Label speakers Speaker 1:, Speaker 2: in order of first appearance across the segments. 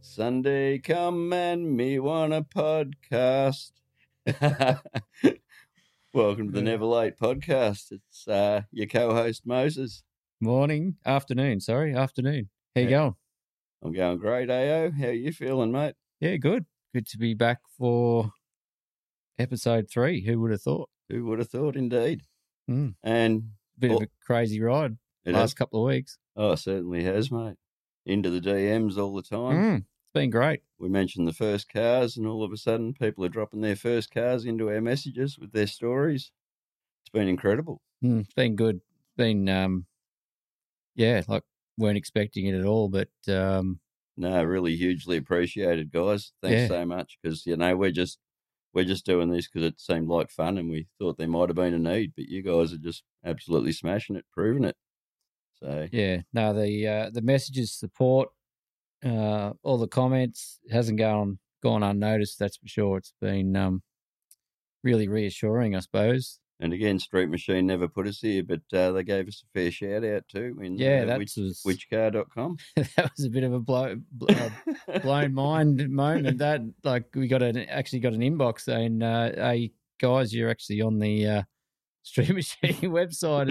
Speaker 1: Sunday, come and me want a podcast. Welcome to the
Speaker 2: Yeah.
Speaker 1: Never Late podcast. It's uh, your co-host Moses.
Speaker 2: Morning, afternoon. Sorry, afternoon. How you
Speaker 1: Yeah.
Speaker 2: going?
Speaker 1: I'm going great, AO. How you feeling, mate?
Speaker 2: Yeah, good. Good to be back for episode three. Who would have thought?
Speaker 1: Who would have thought, indeed?
Speaker 2: Mm.
Speaker 1: And
Speaker 2: Bit
Speaker 1: Oh.
Speaker 2: of a crazy ride
Speaker 1: it
Speaker 2: last
Speaker 1: has,
Speaker 2: couple of weeks.
Speaker 1: oh, it certainly has, mate. Into the DMs all the time.
Speaker 2: Mm. It's been great.
Speaker 1: We mentioned the first cars, and all of a sudden, people are dropping their first cars into our messages with their stories. It's been incredible.
Speaker 2: Mm. It's been good. It's been um, yeah, like weren't expecting it at all, but um,
Speaker 1: No, really hugely appreciated, guys. Thanks
Speaker 2: Yeah.
Speaker 1: so much because you know we're just we're just doing this because it seemed like fun, and we thought there might have been a need, but you guys are just absolutely smashing it, proving it. So
Speaker 2: yeah, no, the uh, the messages, support, uh, all the comments it hasn't gone gone unnoticed. That's for sure. It's been um, really reassuring, I suppose.
Speaker 1: And again, Street Machine never put us here, but uh, they gave us a fair shout out too in
Speaker 2: Yeah,
Speaker 1: uh,
Speaker 2: that
Speaker 1: which,
Speaker 2: was
Speaker 1: whichcar.com.
Speaker 2: that was a bit of a blow, bl- uh, blown mind moment. That like we got an actually got an inbox saying, uh, "Hey guys, you're actually on the uh, Stream Machine website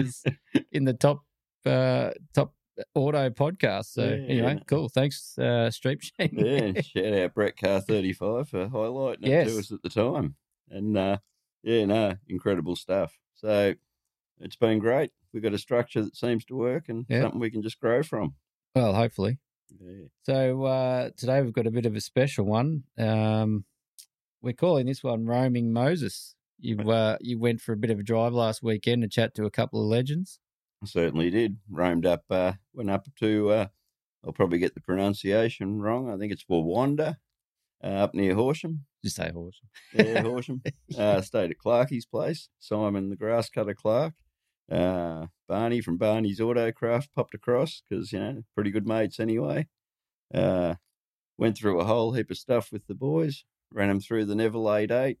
Speaker 2: is in the top uh, top auto podcast." So
Speaker 1: Yeah.
Speaker 2: anyway, cool. Thanks, uh, Stream Machine.
Speaker 1: yeah, shout out Brett Car thirty five for highlighting it
Speaker 2: Yes.
Speaker 1: to us at the time. And uh, yeah, no, incredible stuff. So it's been great. We've got a structure that seems to work and
Speaker 2: Yeah.
Speaker 1: something we can just grow from.
Speaker 2: Well, hopefully.
Speaker 1: Yeah.
Speaker 2: So uh, today we've got a bit of a special one. Um, we're calling this one "Roaming Moses." You uh, you went for a bit of a drive last weekend to chat to a couple of legends.
Speaker 1: I certainly did. Roamed up uh, went up to uh, I'll probably get the pronunciation wrong. I think it's Wawanda, uh, up near Horsham.
Speaker 2: Just say horse.
Speaker 1: Yeah, Horsham. uh, stayed at Clarkie's place. Simon the grass cutter Clark. Uh, Barney from Barney's Autocraft popped across because, you know, pretty good mates anyway. Uh, went through a whole heap of stuff with the boys, ran them through the Never Late Eight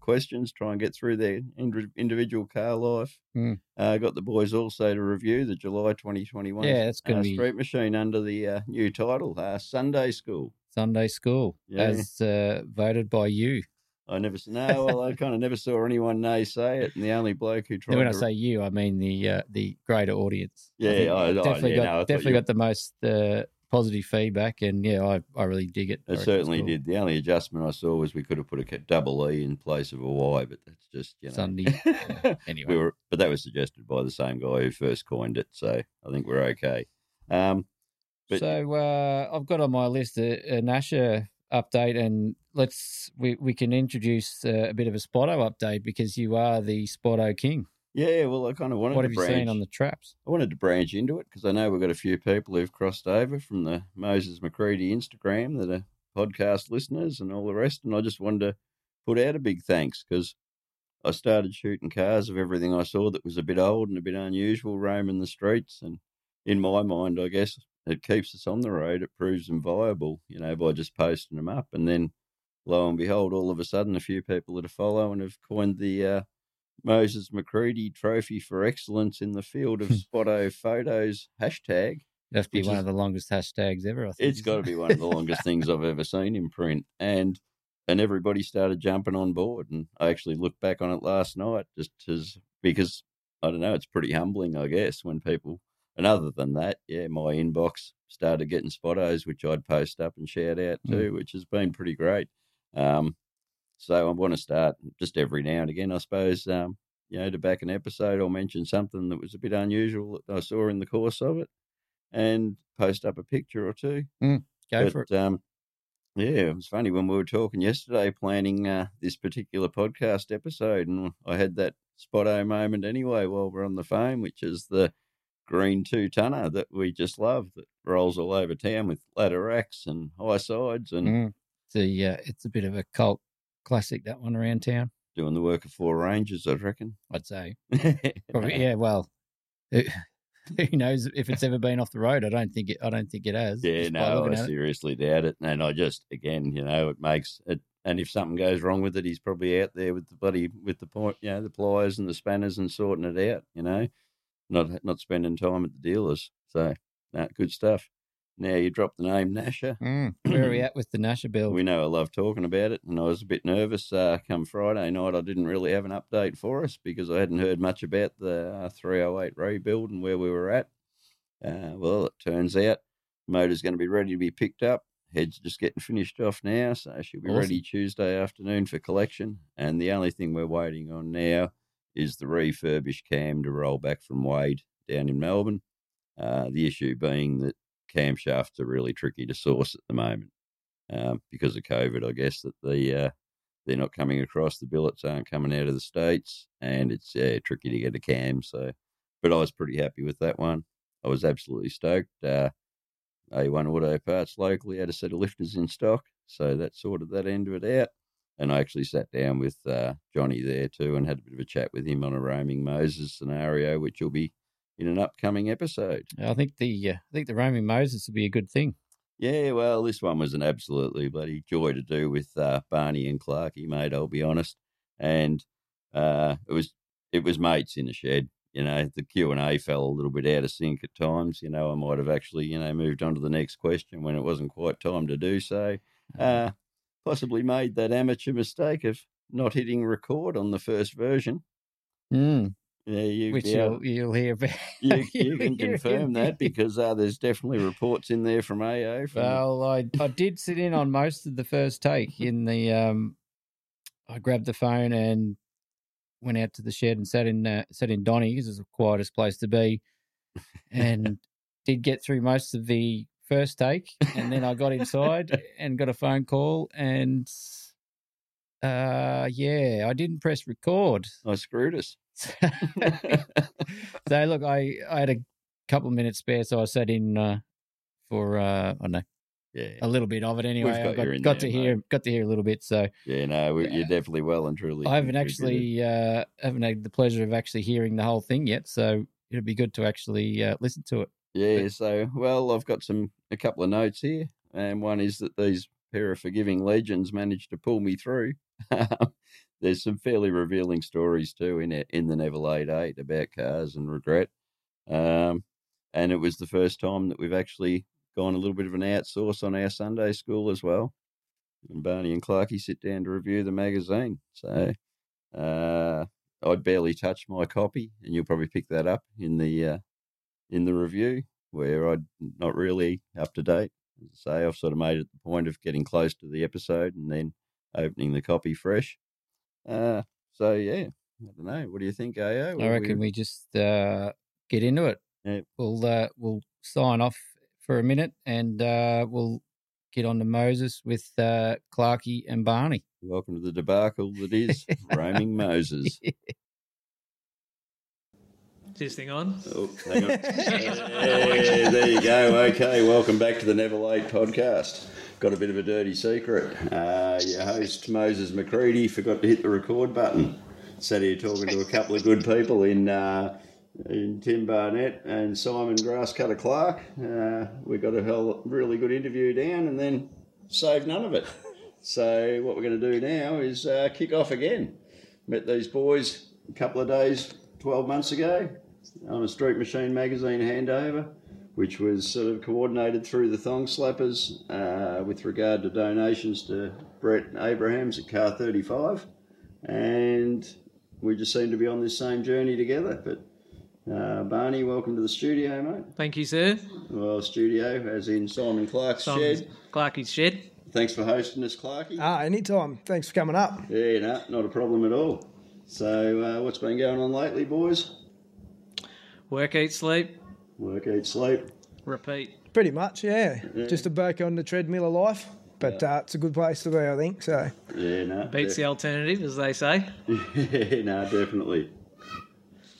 Speaker 1: questions, try and get through their indi- individual car life.
Speaker 2: Mm.
Speaker 1: Uh, got the boys also to review the July 2021
Speaker 2: Yeah, that's gonna
Speaker 1: uh,
Speaker 2: be-
Speaker 1: Street Machine under the uh, new title, uh, Sunday School.
Speaker 2: Sunday school
Speaker 1: Yeah.
Speaker 2: as uh, voted by you.
Speaker 1: I never s- no. Well, I kind of never saw anyone nay say it, and the only bloke who tried.
Speaker 2: And when I
Speaker 1: to-
Speaker 2: say you, I mean the uh, the greater audience. I
Speaker 1: Yeah,
Speaker 2: think
Speaker 1: I- I-
Speaker 2: definitely
Speaker 1: yeah,
Speaker 2: got
Speaker 1: no, I thought
Speaker 2: definitely
Speaker 1: you-
Speaker 2: got the most uh, positive feedback, and yeah, I, I really dig
Speaker 1: it
Speaker 2: it. I reckon it's
Speaker 1: certainly
Speaker 2: cool.
Speaker 1: did. The only adjustment I saw was we could have put a ca- double e in place of a y, but that's just you know.
Speaker 2: Sunday. Anyway,
Speaker 1: we were, but that was suggested by the same guy who first coined it, so I think we're okay. Um, but-
Speaker 2: so uh, I've got on my list a, a Nasha update, and let's we we can introduce uh, a bit of a Spotto update because you are the Spotto king.
Speaker 1: yeah, well, I kind of wanted
Speaker 2: What
Speaker 1: to
Speaker 2: have you
Speaker 1: branch.
Speaker 2: seen on the traps?
Speaker 1: I wanted to branch into it because I know we've got a few people who've crossed over from the Moses McCready Instagram that are podcast listeners and all the rest. And I just wanted to put out a big thanks because I started shooting cars of everything I saw that was a bit old and a bit unusual roaming the streets. And in my mind, I guess it keeps us on the road. It proves them viable, you know, by just posting them up. And then lo and behold, all of a sudden, a few people that are following have coined the uh, Moses McCready Trophy for Excellence in the Field of Spotto Photos hashtag.
Speaker 2: That's be
Speaker 1: Which
Speaker 2: one
Speaker 1: is-
Speaker 2: of the longest hashtags ever. I think
Speaker 1: It's got to be one of the longest things I've ever seen in print. And and everybody started jumping on board. And I actually looked back on it last night just as because I don't know, it's pretty humbling, I guess, when people. And other than that, yeah, my inbox started getting spottos, which I'd post up and shout out
Speaker 2: Mm.
Speaker 1: to, which has been pretty great. Um, so I want to start just every now and again, I suppose. Um, you know, to back an episode or mention something that was a bit unusual that I saw in the course of it, and post up a picture or two
Speaker 2: Go for it.
Speaker 1: but, Um, yeah, it was funny when we were talking yesterday, planning uh, this particular podcast episode, and I had that spotto moment anyway while we're on the phone, which is the green two tonner that we just love that rolls all over town with ladder racks and high sides and
Speaker 2: Mm. The uh, it's a bit of a cult classic that one around town.
Speaker 1: doing the work of four rangers, I reckon.
Speaker 2: I'd say. Probably, Oh, yeah. Well, who who knows if it's ever been off the road? I don't think it. I don't think it has.
Speaker 1: Yeah,
Speaker 2: just by
Speaker 1: no,
Speaker 2: looking
Speaker 1: I
Speaker 2: at it.
Speaker 1: seriously doubt it. And I just, again, you know, it makes it. And if something goes wrong with it, he's probably out there with the bloody with the point, you know, the pliers and the spanners and sorting it out. You know, not not spending time at the dealers. So, no, good stuff. Now you dropped the name Nasher.
Speaker 2: Mm. Where are we at with the Nasher build?
Speaker 1: We know I love talking about it, and I was a bit nervous uh, come Friday night. I didn't really have an update for us because I hadn't heard much about the uh, 308 rebuild and where we were at. Uh, well, it turns out the motor's going to be ready to be picked up. Head's just getting finished off now, so she'll be
Speaker 2: Awesome.
Speaker 1: ready Tuesday afternoon for collection. And the only thing we're waiting on now is the refurbished cam to roll back from Wade down in Melbourne. Uh, the issue being that camshafts are really tricky to source at the moment um, because of COVID. I guess that the uh, they're not coming across, the billets aren't coming out of the states, and it's yeah, tricky to get a cam. So, but I was pretty happy with that one. I was absolutely stoked. Uh, A1 Auto Parts locally had a set of lifters in stock, so that sorted that end of it out. And I actually sat down with uh, Johnny there too and had a bit of a chat with him on a roaming Moses scenario, which will be in an upcoming episode.
Speaker 2: I think the uh, I think the roaming Moses would be a good thing.
Speaker 1: Yeah, well, this one was an absolutely bloody joy to do with uh, Barney and Clarky, mate. I'll be honest, and uh, it was it was mates in the shed. You know, the Q and A fell a little bit out of sync at times. You know, I might have actually you know moved on to the next question when it wasn't quite time to do so. Uh, possibly made that amateur mistake of not hitting record on the first version.
Speaker 2: Mm,
Speaker 1: Yeah, you
Speaker 2: which
Speaker 1: yeah,
Speaker 2: you'll you'll hear about.
Speaker 1: you, you can
Speaker 2: you'll hear
Speaker 1: confirm
Speaker 2: about.
Speaker 1: that because uh, there's definitely reports in there from AO from the
Speaker 2: Well, I, I did sit in on most of the first take in the um I grabbed the phone and went out to the shed and sat in uh, sat in Donny because it's the quietest place to be and did get through most of the first take and then I got inside and got a phone call and uh yeah, I didn't press record.
Speaker 1: I Oh, screwed us.
Speaker 2: so look, I, I had a couple of minutes spare, so I sat in uh, for uh, I don't know
Speaker 1: yeah,
Speaker 2: a little bit of it anyway.
Speaker 1: got
Speaker 2: I got,
Speaker 1: you in
Speaker 2: got
Speaker 1: there,
Speaker 2: to hear got to hear a little bit, so
Speaker 1: yeah, no, we, you're definitely well and truly.
Speaker 2: I haven't
Speaker 1: contributed.
Speaker 2: actually uh, haven't had the pleasure of actually hearing the whole thing yet. So it'd be good to actually uh, listen to it.
Speaker 1: Yeah, so well, I've got some a couple of notes here, and one is that these pair of forgiving legends managed to pull me through. There's some fairly revealing stories too in it in the Neverlade Eight about cars and regret. Um, and it was the first time that we've actually gone a little bit of an outsource on our Sunday school as well. And Barney and Clarkey sit down to review the magazine. So uh, I'd barely touch my copy, and you'll probably pick that up in the uh, in the review where I'm not really up to date. As I say, I've sort of made it the point of getting close to the episode and then opening the copy fresh. Uh, so yeah, I don't know. What do you think, AO?
Speaker 2: I
Speaker 1: Were we-
Speaker 2: reckon we just uh, get into it.
Speaker 1: Yeah.
Speaker 2: We'll uh, we'll sign off for a minute and uh, we'll get on to Moses with uh, Clarkey and Barney.
Speaker 1: Welcome to the debacle that is roaming Moses.
Speaker 3: Is this thing on?
Speaker 1: Oh, hang on. Yeah, there you go. Okay, welcome back to the Never Late podcast. Got a bit of a dirty secret. Uh, your host Moses McCready forgot to hit the record button. Sat here talking to a couple of good people in uh, in Tim Barnett and Simon Grasscutter Clark. Uh, we got a hell really good interview down, and then saved none of it. So what we're going to do now is uh, kick off again. Met these boys a couple of days, twelve months ago on a Street Machine magazine handover, which was sort of coordinated through the Thong Slappers uh, with regard to donations to Brett Abrahams at Car 35. And we just seem to be on this same journey together. But uh, Barney, welcome to the studio, mate.
Speaker 3: Thank you, sir.
Speaker 1: Well, studio, as in Simon Clark's
Speaker 3: Simon's-
Speaker 1: shed.
Speaker 3: Clarkey's shed.
Speaker 1: Thanks for hosting us, Clarky.
Speaker 4: Ah, anytime. Thanks for coming up.
Speaker 1: Yeah, no, not a problem at all. So, uh, what's been going on lately, boys?
Speaker 3: Work, eat, sleep,
Speaker 1: Work, eat, sleep.
Speaker 3: repeat.
Speaker 4: Pretty much, yeah. Just a back on the treadmill of life, but uh, it's a good place to be, I think. So,
Speaker 1: Yeah, no.
Speaker 3: Beats the alternative, as they say.
Speaker 1: yeah, no, definitely.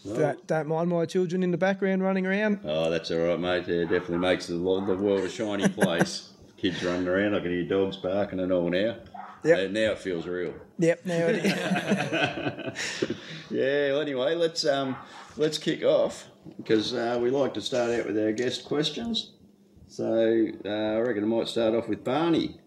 Speaker 4: don't, don't mind my children in the background running around.
Speaker 1: Oh, that's all right, mate. Yeah, definitely makes the, lo- the world a shiny place. Kids running around, I can hear dogs barking and all now.
Speaker 4: Yep.
Speaker 1: Uh, Now it feels real.
Speaker 4: Yep, now it is.
Speaker 1: Yeah. Well, anyway, let's um, let's kick off because uh, we like to start out with our guest questions. So uh, I reckon I might start off with Barney.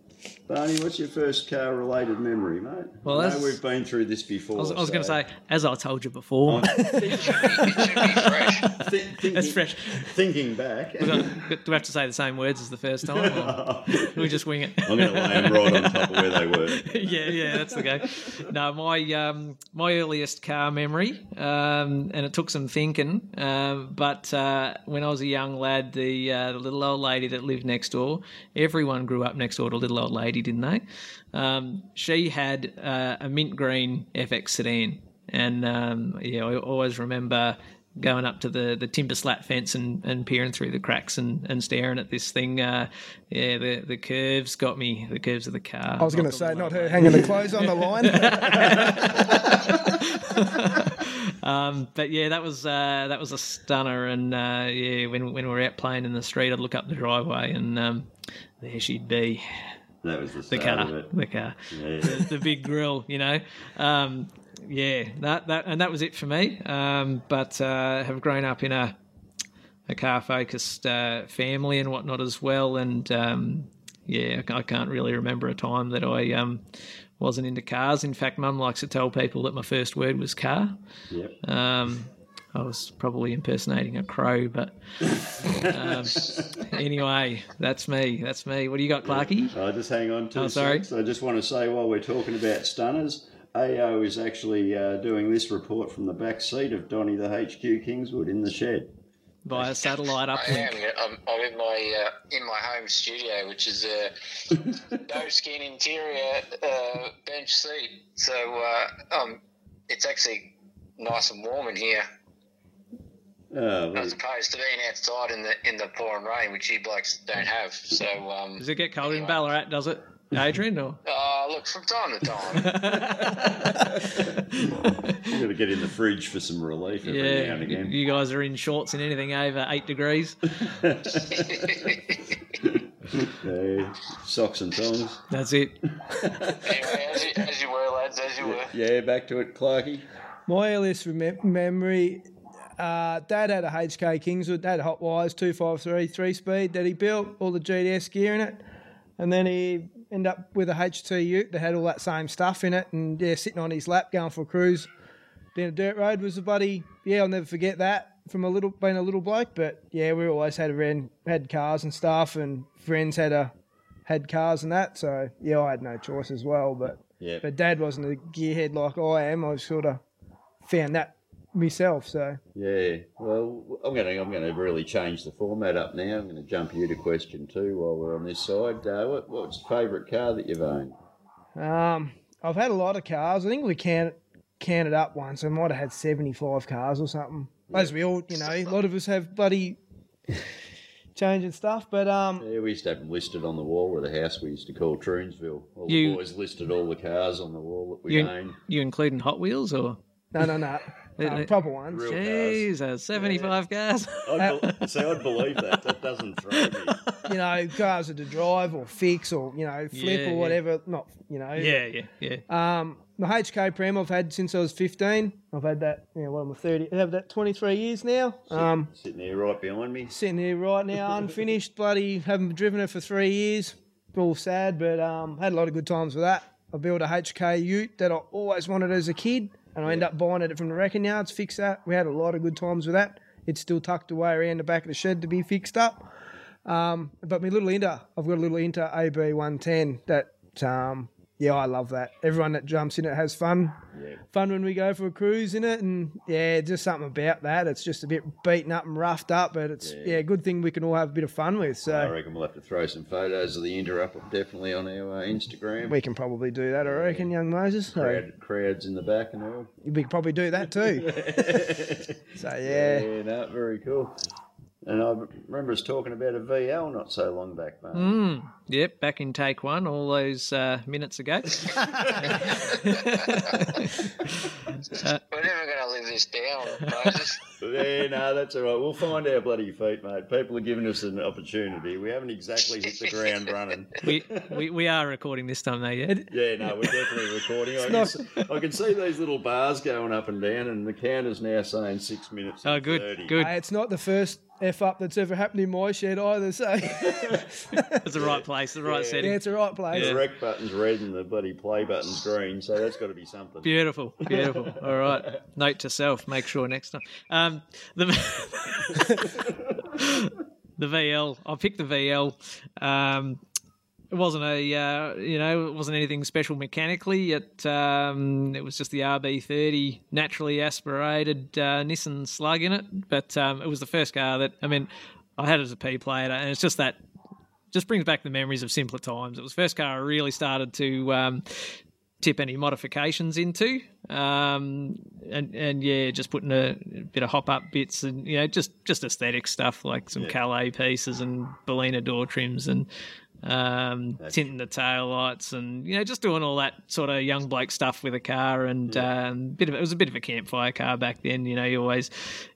Speaker 1: Barney, what's your first car related memory, mate?
Speaker 3: Well,
Speaker 1: I know
Speaker 3: that's-
Speaker 1: we've been through this before.
Speaker 3: I was, I was going to
Speaker 1: so-
Speaker 3: say, as I told
Speaker 1: Oh.
Speaker 3: you before,
Speaker 5: It should be fresh.
Speaker 1: Thi- thinking,
Speaker 3: that's fresh.
Speaker 1: Thinking back.
Speaker 3: Do we have to say the same words as the first time? Or we just wing it.
Speaker 1: I'm going to lay them right on top of where they were.
Speaker 3: yeah, yeah, that's the go. No, my um, my earliest car memory, um, and it took some thinking. Um, but uh, when I was a young lad, the, uh, the little old lady that lived next door, everyone grew up next door to little old lady, didn't they? Um, she had uh, a mint green FX sedan, and um, yeah, I always remember going up to the, the timber slat fence and, and peering through the cracks and, and staring at this thing. Uh, yeah, the, the curves got me, the curves of the car.
Speaker 4: I was going to say, not her hanging the clothes on the line.
Speaker 3: Um, but yeah, that was uh, that was a stunner, and uh, yeah, when when we were out playing in the street, I'd look up the driveway, and um, there she'd be,
Speaker 1: That was the
Speaker 3: the
Speaker 1: start of
Speaker 3: car,
Speaker 1: it.
Speaker 3: the car,
Speaker 1: Yeah.
Speaker 3: the big grill, you know. Um, yeah, that that and that was it for me. Um, but uh, have grown up in a a car focused uh, family and whatnot as well, and um, yeah, I ca- I can't really remember a time that I um, wasn't into cars. In fact, Mum likes to tell people that my first word was car.
Speaker 1: Yep.
Speaker 3: Um, I was probably impersonating a crow, but um, anyway, that's me. That's me. What do you got, Clarky?
Speaker 1: Uh, just hang on to
Speaker 3: Oh, sorry.
Speaker 1: I just want to say while we're talking about stunners, AO is actually uh, doing this report from the back seat of Donny the HQ Kingswood in the shed.
Speaker 3: Via satellite
Speaker 5: I
Speaker 3: uplink.
Speaker 5: am. yeah, I'm, I'm in my uh, in my home studio, which is a no skin interior uh, bench seat. So uh, um, it's actually nice and warm in here,
Speaker 1: Oh, well,
Speaker 5: as opposed to being outside in the in the pouring rain, which you blokes don't have. So um,
Speaker 3: Does it get cold in Ballarat? Does it, Adrian? Or
Speaker 5: uh, look, from time to time,
Speaker 1: you've got to get in the fridge for some relief every now
Speaker 3: yeah,
Speaker 1: and again.
Speaker 3: you guys are in shorts and anything over eight degrees.
Speaker 1: Yeah, socks and thongs.
Speaker 3: That's it.
Speaker 5: anyway, as you, as you were, lads, as you were.
Speaker 1: Yeah, back to it, Clarky.
Speaker 4: My earliest remem memory, uh, Dad had a HK Kingswood, had hot wires, 253, three speed that he built, all the GDS gear in it. And then he ended up with a HT Ute that had all that same stuff in it. And yeah, sitting on his lap going for a cruise down a dirt road was a buddy. Yeah, I'll never forget that from a little being a little bloke. But yeah, we always had around, had cars and stuff, and friends had a had cars and that. So yeah, I had no choice as well. But
Speaker 1: Yeah.
Speaker 4: but Dad wasn't a gearhead like I am. I sort of found that myself. So
Speaker 1: Yeah. Well, I'm going to I'm going to really change the format up now. I'm going to jump you to question two while we're on this side. Uh, what, what's your favourite car that you've owned?
Speaker 4: um, I've had a lot of cars. I think we count counted up once. I might have had seventy five cars or something. As we all, you know, a lot of us have bloody changing stuff. But um,
Speaker 1: Yeah, we used to have them listed on the wall of the house we used to call Troonsville. All the
Speaker 3: You-
Speaker 1: boys listed all the cars on the wall that we
Speaker 3: You-
Speaker 1: owned.
Speaker 3: You including Hot Wheels or?
Speaker 4: no, no, no. Uh, proper ones.
Speaker 1: Real cars.
Speaker 3: Jesus, seventy-five cars.
Speaker 1: I'd be- see, I'd believe that. That doesn't throw me.
Speaker 4: you know, cars are to drive or fix or, you know, flip
Speaker 3: Yeah, yeah.
Speaker 4: or whatever. Not, you know.
Speaker 3: yeah, yeah, yeah.
Speaker 4: Um, the HK Prem I've had since I was 15. I've had that, you know, what am I, 30? I have that 23 years now. Um,
Speaker 1: Sitting there right behind me.
Speaker 4: sitting here right now, unfinished, bloody, haven't driven it for three years. All sad, but um, had a lot of good times with that. I built a HK Ute that I always wanted as a kid, and I ended up buying it from the wrecking yards. Fix that. We had a lot of good times with that. It's still tucked away around the back of the shed to be fixed up. Um, but my little Inter, I've got a little Inter AB110 that, um, yeah, I love that. Everyone that jumps in it has fun. Fun when we go for a cruise in it, and yeah, just something about that. It's just a bit beaten up and roughed up, but it's yeah, good thing we can all have a bit of fun with.
Speaker 1: I
Speaker 4: So
Speaker 1: reckon we'll have to throw some photos of the Inter up definitely on our uh, Instagram.
Speaker 4: we can probably do that, I reckon, young Moses. So
Speaker 1: Crowd, crowds in the back and all.
Speaker 4: we can probably do that too. so yeah,
Speaker 1: Yeah, no, very cool. And I remember us talking about a VL not so long back, mate.
Speaker 3: Mm, yep, back in take one, all those uh, minutes ago. Mm.
Speaker 5: We're never going to live this down, Moses.
Speaker 1: Yeah, no, that's all right. We'll find our bloody feet, mate. People are giving us an opportunity. We haven't exactly hit the ground running.
Speaker 3: we, we we are recording this time though, yeah.
Speaker 1: Yeah, no, we're definitely recording. I, can, s- I can see these little bars going up and down, and the counter's now saying six minutes.
Speaker 3: Oh,
Speaker 1: and
Speaker 3: good,
Speaker 1: 30.
Speaker 3: good.
Speaker 4: Hey, it's not the first f up that's ever happened in my shed either. So
Speaker 3: It's the right place, the right
Speaker 1: Yeah.
Speaker 4: yeah,
Speaker 3: setting.
Speaker 4: it's the right place.
Speaker 1: The rec button's red and the bloody play button's green, so that's got to be something.
Speaker 3: Beautiful, beautiful. All right. Note to self: make sure next time. Um, the the VL. I picked the VL. Um, it wasn't a uh, you know it wasn't anything special mechanically. It um, it was just the RB30 naturally aspirated uh, Nissan slug in it. But um, it was the first car that I mean I had it as a P player, and it's just that just brings back the memories of simpler times. It was the first car I really started to um, tip any modifications into, um, and and yeah, just putting a bit of hop up bits and you know just just aesthetic stuff like some Calais pieces and Bellina door trims and um,
Speaker 1: That's-
Speaker 3: tinting the tail lights and you know just doing all that sort of young bloke stuff with a car and um, bit of it was a bit of a campfire car back then. You know, you always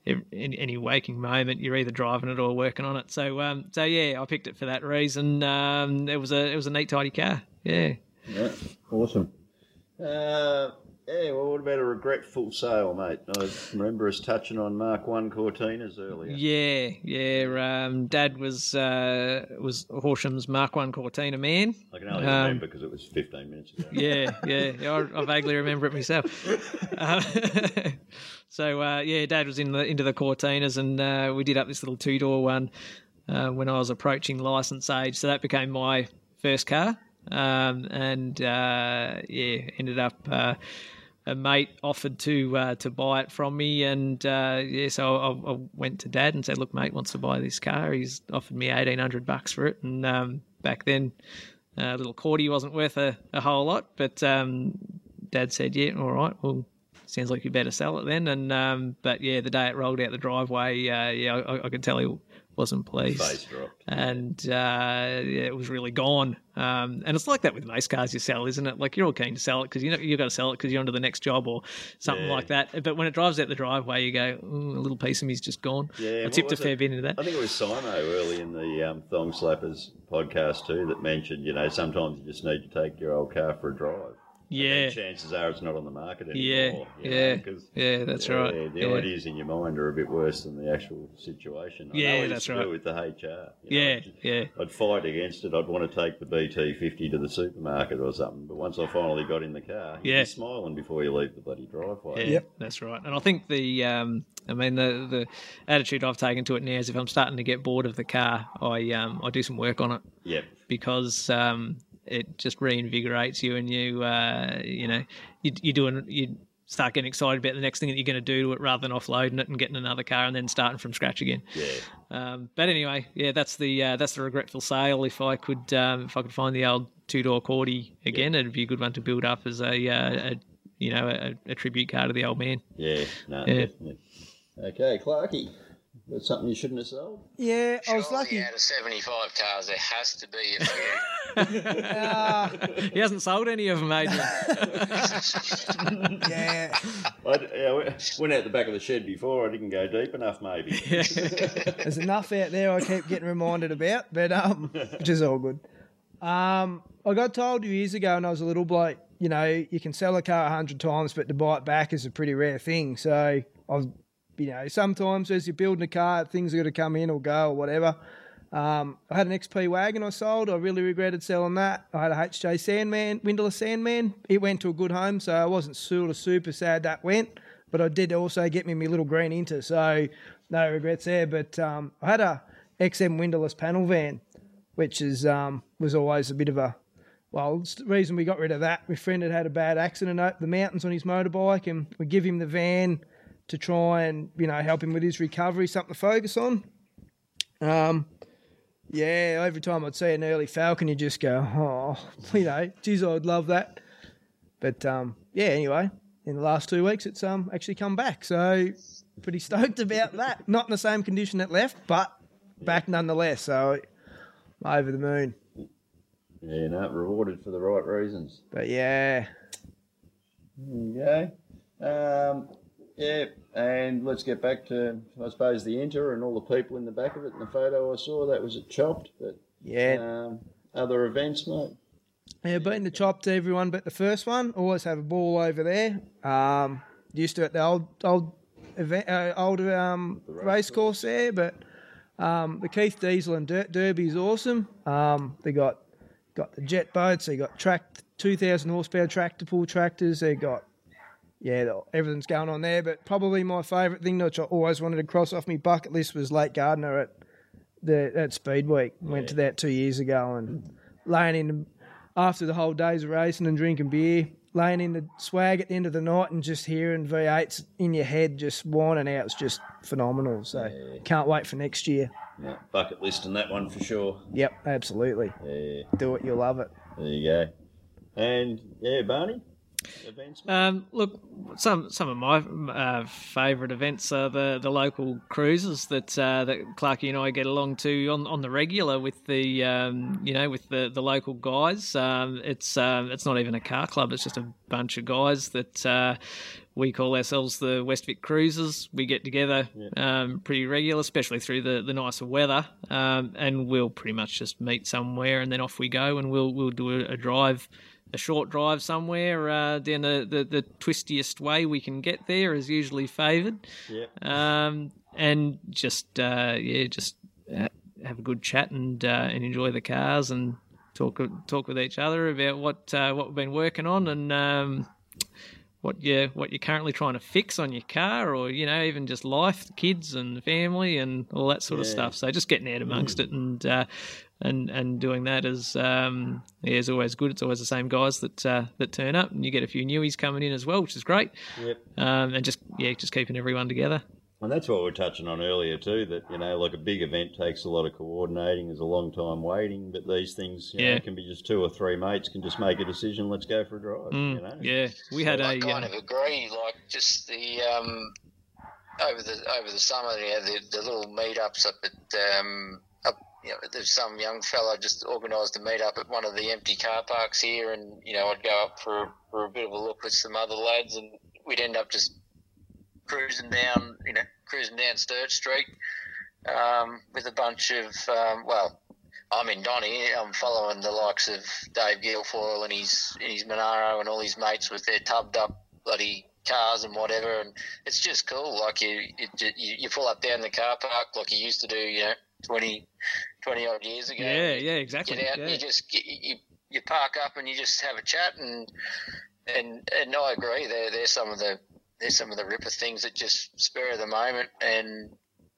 Speaker 3: ev- in any waking moment you're either driving it or working on it. So um, so yeah, I picked it for that reason. Um, it was a it was a neat tidy car. Yeah.
Speaker 1: Yeah, awesome. Uh, yeah, well, what about a regretful sale, mate? I remember us touching on Mark One Cortinas earlier.
Speaker 3: Yeah, yeah. Um, Dad was uh, was Horsham's Mark One Cortina man.
Speaker 1: I can only
Speaker 3: Um,
Speaker 1: remember because it was 15 minutes ago.
Speaker 3: Yeah, yeah. yeah, I, I vaguely remember it myself. Uh, so uh, yeah, Dad was in the into the Cortinas, and uh, we did up this little two door one uh, when I was approaching license age. So that became my first car, um, and uh, yeah, ended up. Uh, a mate offered to uh, to buy it from me, and uh, yeah, so I, I went to Dad and said, "Look, mate wants to buy this car. He's offered me eighteen hundred bucks for it." And um, back then, uh, little Cordy wasn't worth a, a whole lot, but um, Dad said, "Yeah, all right. Well, sounds like you better sell it then." And um, but yeah, the day it rolled out the driveway, uh, yeah, I, I could tell he wasn't pleased
Speaker 1: Face dropped.
Speaker 3: and uh, yeah, it was really gone. Um, and it's like that with most cars you sell, isn't it? Like you're all keen to sell it because you know you've got to sell it because you're onto the next job or something
Speaker 1: Yeah.
Speaker 3: like that. But when it drives out the driveway, you go, "Ooh, a little piece of me's just gone.
Speaker 1: Yeah,
Speaker 3: I
Speaker 1: what
Speaker 3: tipped a
Speaker 1: was
Speaker 3: fair
Speaker 1: it?
Speaker 3: bit into that.
Speaker 1: I think it was Simo early in the um, Thong Slappers podcast too that mentioned, you know, sometimes you just need to take your old car for a drive.
Speaker 3: yeah,
Speaker 1: And chances are it's not on the market
Speaker 3: Yeah,
Speaker 1: anymore. you know,
Speaker 3: yeah,
Speaker 1: 'cause-
Speaker 3: yeah, that's
Speaker 1: yeah,
Speaker 3: right.
Speaker 1: The
Speaker 3: yeah.
Speaker 1: ideas in your mind are a bit worse than the actual situation. I
Speaker 3: Yeah,
Speaker 1: know I used
Speaker 3: that's
Speaker 1: to
Speaker 3: right.
Speaker 1: Do it with the HR. you know,
Speaker 3: yeah,
Speaker 1: I'd-
Speaker 3: yeah,
Speaker 1: I'd fight against it. I'd want to take the BT50 to the supermarket or something. But once I finally got in the car,
Speaker 3: Yeah.
Speaker 1: you're smiling before you leave the bloody
Speaker 3: Yeah,
Speaker 1: driveway.
Speaker 4: Yep.
Speaker 3: that's right. And I think the, um, I mean, the the attitude I've taken to it now is if I'm starting to get bored of the car, I um, I do some work on it.
Speaker 1: Yep.
Speaker 3: because um, it just reinvigorates you and you uh, you know you you doing you start getting excited about the next thing that you're going to do to it rather than offloading it and getting another car and then starting from scratch again.
Speaker 1: Yeah.
Speaker 3: Um, but anyway, yeah, that's the uh, that's the regretful sale. If I could um, if I could find the old two door Cordy again, it'd be a good one to build up as a, uh, a you know a, a tribute car to the old man.
Speaker 1: Yeah. No,
Speaker 3: Yeah.
Speaker 1: definitely. Okay, Clarky. Got something you shouldn't have sold?
Speaker 4: Yeah, I was
Speaker 5: Surely
Speaker 4: lucky.
Speaker 5: Out of 75 cars, there has to be a few.
Speaker 4: Ah,
Speaker 3: He hasn't sold any of them, Adrian.
Speaker 4: yeah.
Speaker 1: I yeah, I went out the back of the shed before. I didn't go deep enough, maybe.
Speaker 4: There's enough out there I keep getting reminded about, but um, which is all good. Um, I got told years ago when I was a little bloke, you know, you can sell a car a hundred times, but to buy it back is a pretty rare thing. So I've, you know, sometimes as you're building a car, things are going to come in or go or whatever. Um, I had an XP wagon I sold. I really regretted selling that. I had a HJ Sandman, windowless Sandman. It went to a good home, so I wasn't sort of super sad that went. But I did also get me my little green Inter, so no regrets there. But um, I had a XM windowless panel van, which is um, was always a bit of a well, it's the reason we got rid of that, my friend had had a bad accident up the mountains on his motorbike, and we give him the van to try and you know help him with his recovery, something to focus on. Um, yeah, every time I'd see an early falcon, you just go, oh, you know, geez, I'd love that. But um, yeah, anyway, in the last two weeks, it's um actually come back, so pretty stoked about that. Not in the same condition it left, but back nonetheless. So over the moon.
Speaker 1: Yeah, no, rewarded for the right reasons.
Speaker 4: But yeah.
Speaker 1: Okay. Um, yeah, and let's get back to, I suppose, the enter and all the people in the back of it. And the photo I saw, that was at Chopped. But
Speaker 4: Yeah,
Speaker 1: um, other events, mate.
Speaker 4: Yeah, beating the chop to everyone but the first one. Always have a ball over there. Um, used to at the old old event, uh, old um, race course there, but Um, the Keith Diesel and Der- Derby is awesome. Um, they got got the jet boats. They got tract two thousand horsepower tractor pull tractors. They got yeah, the- everything's going on there. But probably my favourite thing, which I always wanted to cross off my bucket list, was Lake Gardner at the at Speed Week. Went to that two years ago and laying in the, after the whole days of racing and drinking beer, laying in the swag at the end of the night and just hearing V8s in your head just whining out. It's just phenomenal. So can't wait for next year.
Speaker 1: Yeah, bucket list and that one for sure.
Speaker 4: Yep, absolutely.
Speaker 1: Yeah,
Speaker 4: Do it, you'll love it.
Speaker 1: there you go. And yeah, Barney, events.
Speaker 3: Um, look, some some of my uh, favourite events are the, the local cruises that uh, that Clarky and I get along to on, on the regular with the um, you know with the, the local guys. Um, it's um, it's not even a car club; it's just a bunch of guys that uh, we call ourselves the West Vic Cruisers. We get together um, pretty regular, especially through the, the nicer weather, um, and we'll pretty much just meet somewhere and then off we go, and we'll we'll do a, a drive a short drive somewhere uh, down the, the, the twistiest way we can get there is usually favoured.
Speaker 1: Yeah.
Speaker 3: Um, and just uh, yeah, just uh, have a good chat and uh, and enjoy the cars and talk talk with each other about what uh, what we've been working on and. Um, what you what you're currently trying to fix on your car, or you know, even just life, kids and family, and all that sort of
Speaker 1: Yeah.
Speaker 3: stuff. So just getting out amongst it and uh, and and doing that is um, yeah, is always good. It's always the same guys that uh, that turn up, and you get a few newies coming in as well, which is great.
Speaker 1: Yep.
Speaker 3: Um, and just yeah, just keeping everyone together.
Speaker 1: And that's what we were touching on earlier too. That you know, like a big event takes a lot of coordinating. There's a long time waiting, but these things you know,
Speaker 3: Yeah.
Speaker 1: can be just two or three mates can just make a decision. Let's go for a drive.
Speaker 3: Mm,
Speaker 1: you know.
Speaker 3: Yeah, we had
Speaker 5: I
Speaker 3: a
Speaker 5: kind
Speaker 3: uh,
Speaker 5: of agree. Like just the um, over the over the summer, yeah, the, the little meetups up at um, up, you know, there's some young fella just organised a meetup at one of the empty car parks here, and you know, I'd go up for for a bit of a look with some other lads, and we'd end up just cruising down, you know, cruising down Sturt Street um, with a bunch of um, well. I'm in Donny. I'm following the likes of Dave Guilfoyle and his and his Monaro and all his mates with their tubbed up bloody cars and whatever. And it's just cool. Like you, it, ju- you, you pull up down the car park like you used to do, you know, 20, 20 odd years ago.
Speaker 3: yeah, yeah, exactly.
Speaker 5: Get out and
Speaker 3: yeah.
Speaker 5: you just get, you you park up and you just have a chat and and and I agree. They're they're some of the they're some of the ripper things that just spur of the moment and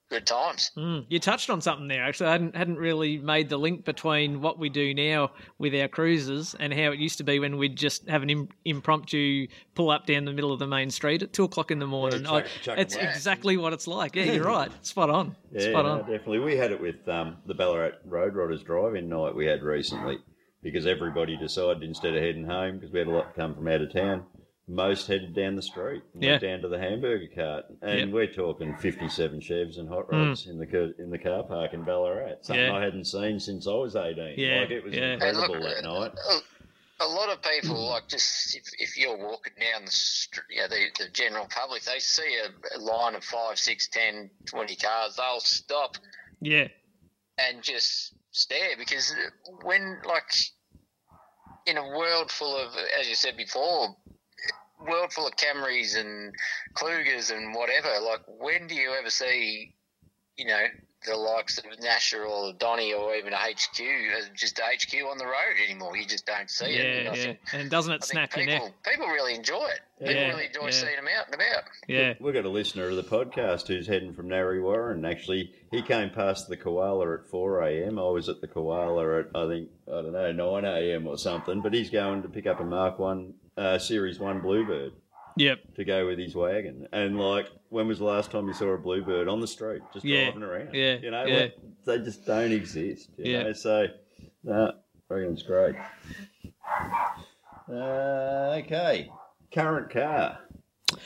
Speaker 5: good times.
Speaker 3: Mm. You touched on something there. Actually, I hadn't hadn't really made the link between what we do now with our cruises and how it used to be when we'd just have an Im- impromptu pull up down the middle of the main street at two o'clock in the morning.
Speaker 1: chuck-
Speaker 3: I-
Speaker 1: chuck 'em
Speaker 3: it's
Speaker 1: out.
Speaker 3: exactly what it's like. Yeah, you're right. Spot on.
Speaker 1: Yeah,
Speaker 3: Spot
Speaker 1: no,
Speaker 3: on.
Speaker 1: definitely. We had it with um, the Ballarat Road Rodders drive-in night we had recently because everybody decided instead of heading home because we had a lot come from out of town, most headed down the street, and went down to the hamburger cart, and we're talking fifty-seven Chevs and hot rods in the ca- in the car park in Ballarat. Something
Speaker 3: Hmm. Yeah.
Speaker 1: I hadn't seen since I was eighteen.
Speaker 3: Yeah,
Speaker 1: like it was
Speaker 3: yeah.
Speaker 5: Hey, look,
Speaker 1: incredible that night.
Speaker 5: A, a lot of
Speaker 3: Hmm.
Speaker 5: people, like just if, if you're walking down the street, you know, the, the general public, they see a, a line of five, six, ten, twenty cars, they'll stop
Speaker 3: Yeah,
Speaker 5: and just stare because when, like, in a world full of, as you said before, world full of Camrys and Klugers and whatever, like, when do you ever see, you know, the likes of Nasher or Donny or even a HQ, uh, just a HQ on the road anymore? You just don't see it. And
Speaker 3: yeah,
Speaker 5: I
Speaker 3: yeah.
Speaker 5: think-
Speaker 3: And doesn't it
Speaker 5: I
Speaker 3: snap
Speaker 5: think
Speaker 3: your neck?
Speaker 5: people, people really enjoy it. People
Speaker 3: Yeah,
Speaker 5: really enjoy
Speaker 3: yeah.
Speaker 5: seeing them out and about.
Speaker 3: Yeah,
Speaker 1: We've got a listener of the podcast who's heading from Narry Warren. Actually, he came past the koala at 4 a.m. I was at the koala at, I think, I don't know, 9 a.m. or something. But he's going to pick up a Mark 1, uh, Series 1 Bluebird
Speaker 3: yep.
Speaker 1: to go with his wagon. And, like, when was the last time you saw a Bluebird on the street? Just
Speaker 3: Yeah,
Speaker 1: driving around.
Speaker 3: yeah,
Speaker 1: You know,
Speaker 3: yeah.
Speaker 1: like, they just don't exist. You
Speaker 3: Yeah.
Speaker 1: know, so, nah, I reckon it's great. Uh, okay. Current car. Yeah,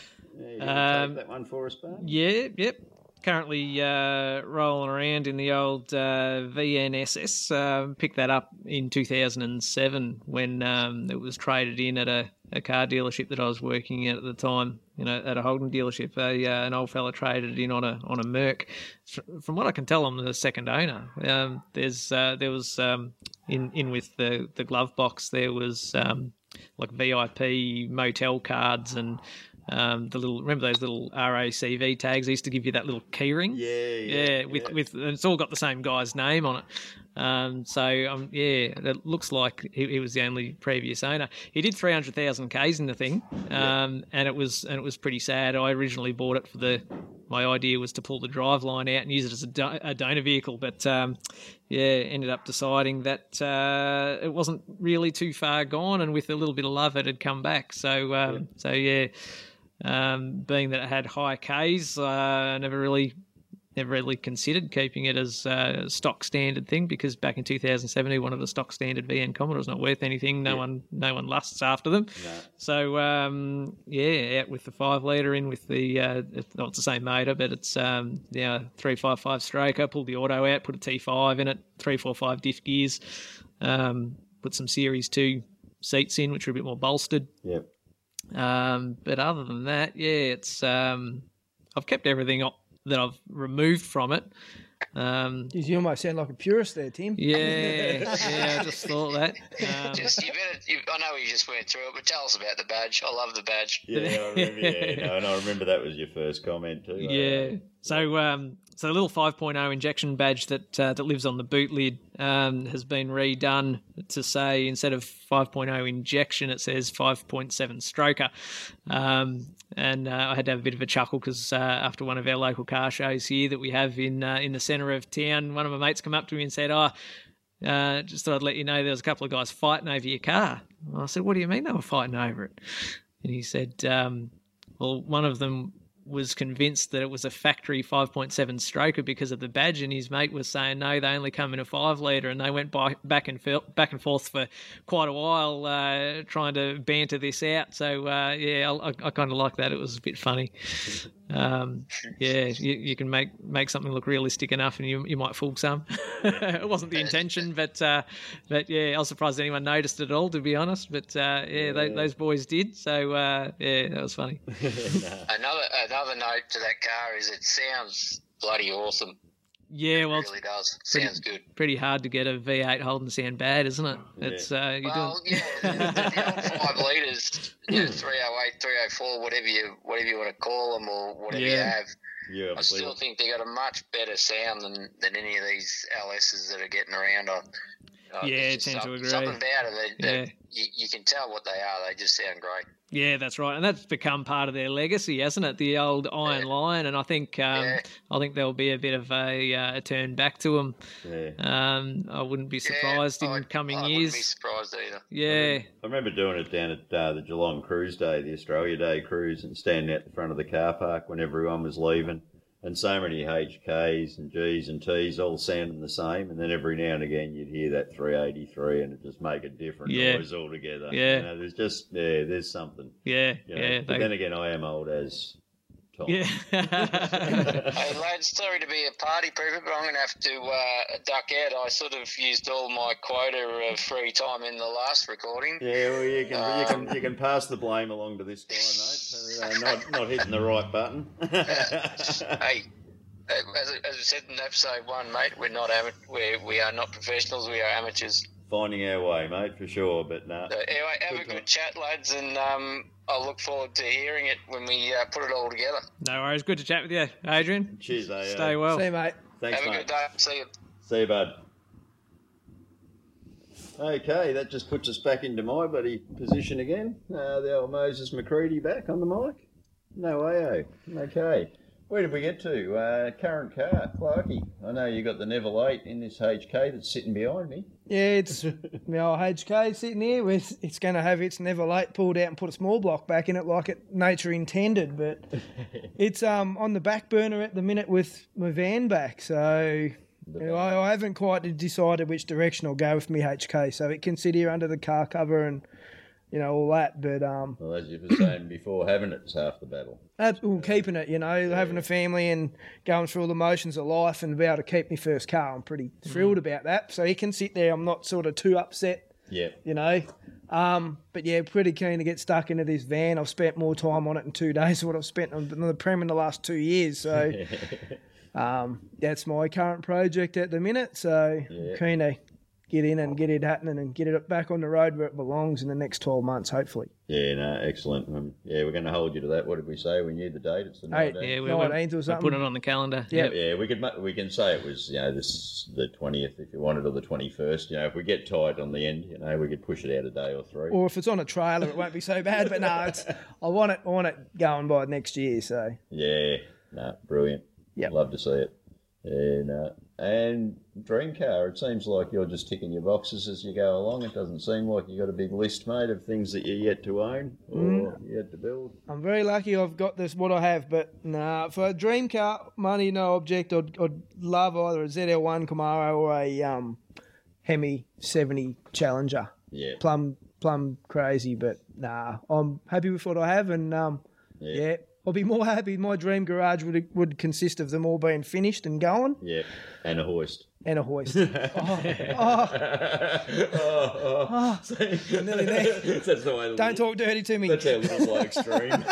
Speaker 1: you gonna
Speaker 3: Um,
Speaker 1: take that one for us, Barney?
Speaker 3: Yeah, yep. Currently uh, rolling around in the old uh, VNSS. Uh, picked that up in 2007 when um, it was traded in at a, a car dealership that I was working at at the time. You know, at a Holden dealership, a, uh, an old fella traded it in on a on a Merc. Fr- From what I can tell, I'm the second owner. Um, there's uh, there was um, in in with the the glove box. There was um, like VIP motel cards and um, the little remember those little RACV tags they used to give you that little keyring.
Speaker 1: Yeah, yeah,
Speaker 3: Yeah, with with and it's all got the same guy's name on it. Um, so um, yeah, that looks like he, he was the only previous owner. He did three hundred thousand k's in the thing, um, and it was and it was pretty sad. I originally bought it for the. My idea was to pull the drive line out and use it as a, do- a donor vehicle, but um, yeah, ended up deciding that uh, it wasn't really too far gone, and with a little bit of love, it had come back. So um, so yeah, um, being that it had high Ks, uh, I never really never really considered keeping it as uh, a stock standard thing because back in 2007 he wanted a stock standard VN Commodore. It's not worth anything. No one no one lusts after them. So um, yeah, out with the five liter, in with the uh, it's not the same motor, but it's um, now three five five stroker. Pulled the auto out, put a T five in it, three four five diff gears, um, put some Series two seats in, which are a bit more bolstered.
Speaker 1: Yep.
Speaker 3: Um, but other than that, yeah, it's um, I've kept everything up that I've removed from it. Um,
Speaker 4: Geez, you almost sound like a purist there, Tim.
Speaker 3: yeah, yeah, I just thought that. Um,
Speaker 5: Just you better. You, I know you just went through it, but tell us about the badge. I love the badge.
Speaker 1: Yeah, I remember, yeah, no, and I remember that was your first comment too. uh,
Speaker 3: Yeah. So um, so the little 5.0 injection badge that uh, that lives on the boot lid um, has been redone to say instead of 5.0 injection, it says 5.7 stroker. Um, and uh, I had to have a bit of a chuckle because uh, after one of our local car shows here that we have in uh, in the centre of town, one of my mates come up to me and said, "Oh." Uh, just thought I'd let you know there was a couple of guys fighting over your car. And I said, "What do you mean they were fighting over it?" And he said, um, well, one of them was convinced that it was a factory 5.7 stroker because of the badge, and his mate was saying no, they only come in a five liter, and they went by, back and fel- back and forth for quite a while uh, trying to banter this out. So uh, yeah, I, I kind of like that. It was a bit funny. Um, yeah, you, you can make make something look realistic enough, and you you might fool some. it wasn't the intention, but uh, but yeah, I was surprised anyone noticed it at all, to be honest. But uh, yeah, tho- those boys did. So uh, yeah, that was funny.
Speaker 5: Another another note to that car is it sounds bloody awesome.
Speaker 3: Yeah, well,
Speaker 5: It
Speaker 3: it's
Speaker 5: really does.
Speaker 3: pretty-
Speaker 5: Sounds good.
Speaker 3: pretty hard to get a V8 holding the sound bad, isn't it? It's uh, you
Speaker 5: Well,
Speaker 3: doing
Speaker 5: yeah, the, the old five liters, you know, 308, 304, whatever you whatever you want to call them or whatever you
Speaker 3: Yeah.
Speaker 5: have.
Speaker 1: you
Speaker 5: I still
Speaker 1: unbelievable.
Speaker 5: think they got a much better sound than, than any of these LSs that are getting around on. Uh,
Speaker 3: Yeah,
Speaker 5: there's just
Speaker 3: tend to
Speaker 5: some-
Speaker 3: agree.
Speaker 5: Something about it that, that
Speaker 3: Yeah.
Speaker 5: you, you can tell what they are. They just sound great.
Speaker 3: yeah, that's right, and that's become part of their legacy, hasn't it? The old Iron Lion, and I think um,
Speaker 5: Yeah.
Speaker 3: I think there'll be a bit of a, uh, a turn back to them.
Speaker 1: Yeah.
Speaker 3: Um, I wouldn't be
Speaker 5: Yeah,
Speaker 3: surprised in
Speaker 5: I-
Speaker 3: coming
Speaker 5: I wouldn't be
Speaker 3: years.
Speaker 5: surprised either.
Speaker 3: Yeah,
Speaker 1: I remember doing it down at uh, the Geelong Cruise Day, the Australia Day cruise, and standing out the front of the car park when everyone was leaving. And so many HKs and Gs and Ts all sounding the same. And then every now and again you'd hear that 383 and it just make a different
Speaker 3: Yeah.
Speaker 1: noise altogether.
Speaker 3: Yeah.
Speaker 1: You know, there's just, yeah, there's something.
Speaker 3: yeah,
Speaker 1: You know.
Speaker 3: yeah,
Speaker 1: But then
Speaker 3: they-
Speaker 1: again, I am old as Tom.
Speaker 3: yeah.
Speaker 5: Hey, lads, sorry to be a party pooper, but I'm going to have to uh, duck out. I sort of used all my quota of uh, free time in the last recording.
Speaker 1: Yeah, well, you can, you can you can pass the blame along to this guy, mate. for, uh, not not hitting the right button.
Speaker 5: Hey, uh, as, I- as I said in episode one, mate, we're not ama- we're, we are not professionals. We are amateurs.
Speaker 1: Finding our way, mate, for sure. But no,
Speaker 5: So anyway, have
Speaker 1: Good
Speaker 5: a
Speaker 1: time.
Speaker 5: good chat, lads, and um, I look forward to hearing it when we uh, put it all together.
Speaker 3: no worries. Good to chat with you, Adrian.
Speaker 1: cheers, AO.
Speaker 3: Stay well.
Speaker 4: See, mate.
Speaker 1: Thanks,
Speaker 5: have a
Speaker 1: mate.
Speaker 5: good day. See you.
Speaker 1: See you, bud. Okay, that just puts us back into my buddy position again. Uh, the old Moses McCready back on the mic. No AO. Okay. Where did we get to? Uh, current car, Clarky. I know you got the Neville 8 in this HK that's sitting behind me.
Speaker 4: Yeah, it's my old HK sitting here. With, it's going to have its never late pulled out and put a small block back in it like it nature intended. But it's um on the back burner at the minute with my van back. So you know, I, I haven't quite decided which direction I'll go with my HK. So it can sit here under the car cover and you know all that. But um,
Speaker 1: Well, as you were saying before, having it's half the battle.
Speaker 4: Ab- well, keeping it, you know, having a family and going through all the motions of life and be able to keep my first car, I'm pretty thrilled about that. So he can sit there. I'm not sort of too upset,
Speaker 1: Yeah.
Speaker 4: you know. Um, but yeah, pretty keen to get stuck into this van. I've spent more time on it in two days than what I've spent on the prem in the last two years. So um, that's my current project at the minute. So I'm keen to get in and get it happening and get it back on the road where it belongs in the next 12 months, hopefully.
Speaker 1: Yeah, no, excellent. Um, yeah, we're going to hold you to that. What did we say? We knew the date. It's the
Speaker 4: Hey,
Speaker 1: 19th.
Speaker 3: Yeah, we,
Speaker 4: No,
Speaker 3: we,
Speaker 4: it ain't or
Speaker 3: we
Speaker 4: something.
Speaker 3: put it on the calendar.
Speaker 4: Yeah.
Speaker 3: Yep.
Speaker 1: Yeah, we could ma- we can say it was you know this the twentieth if you wanted or the twenty first. You know, if we get tight on the end, you know, we could push it out a day or three.
Speaker 4: Or if it's on a trailer, it won't be so bad. But no, it's, I want it. I want it going by next year. So
Speaker 1: Yeah, no, brilliant.
Speaker 4: Yeah.
Speaker 1: love to see it. Yeah, no. And dream car, it seems like you're just ticking your boxes as you go along. It doesn't seem like you got a big list, mate, of things that you're yet to own or
Speaker 4: Mm-hmm.
Speaker 1: yet to build.
Speaker 4: I'm very lucky. I've got this what I have. But nah, for a dream car, money no object. I'd, I'd love either a ZL1 Camaro or a um, Hemi 70 Challenger.
Speaker 1: Yeah,
Speaker 4: Plum, plum crazy. But nah, I'm happy with what I have. And um, yeah. I'll be more happy. My dream garage would would consist of them all being finished and going,
Speaker 1: yeah, and a hoist.
Speaker 4: and a hoist. oh, Ah,
Speaker 1: oh, oh.
Speaker 4: nearly there.
Speaker 1: That's the way. the
Speaker 4: don't talk dirty to me.
Speaker 1: That's our little bloke's dream.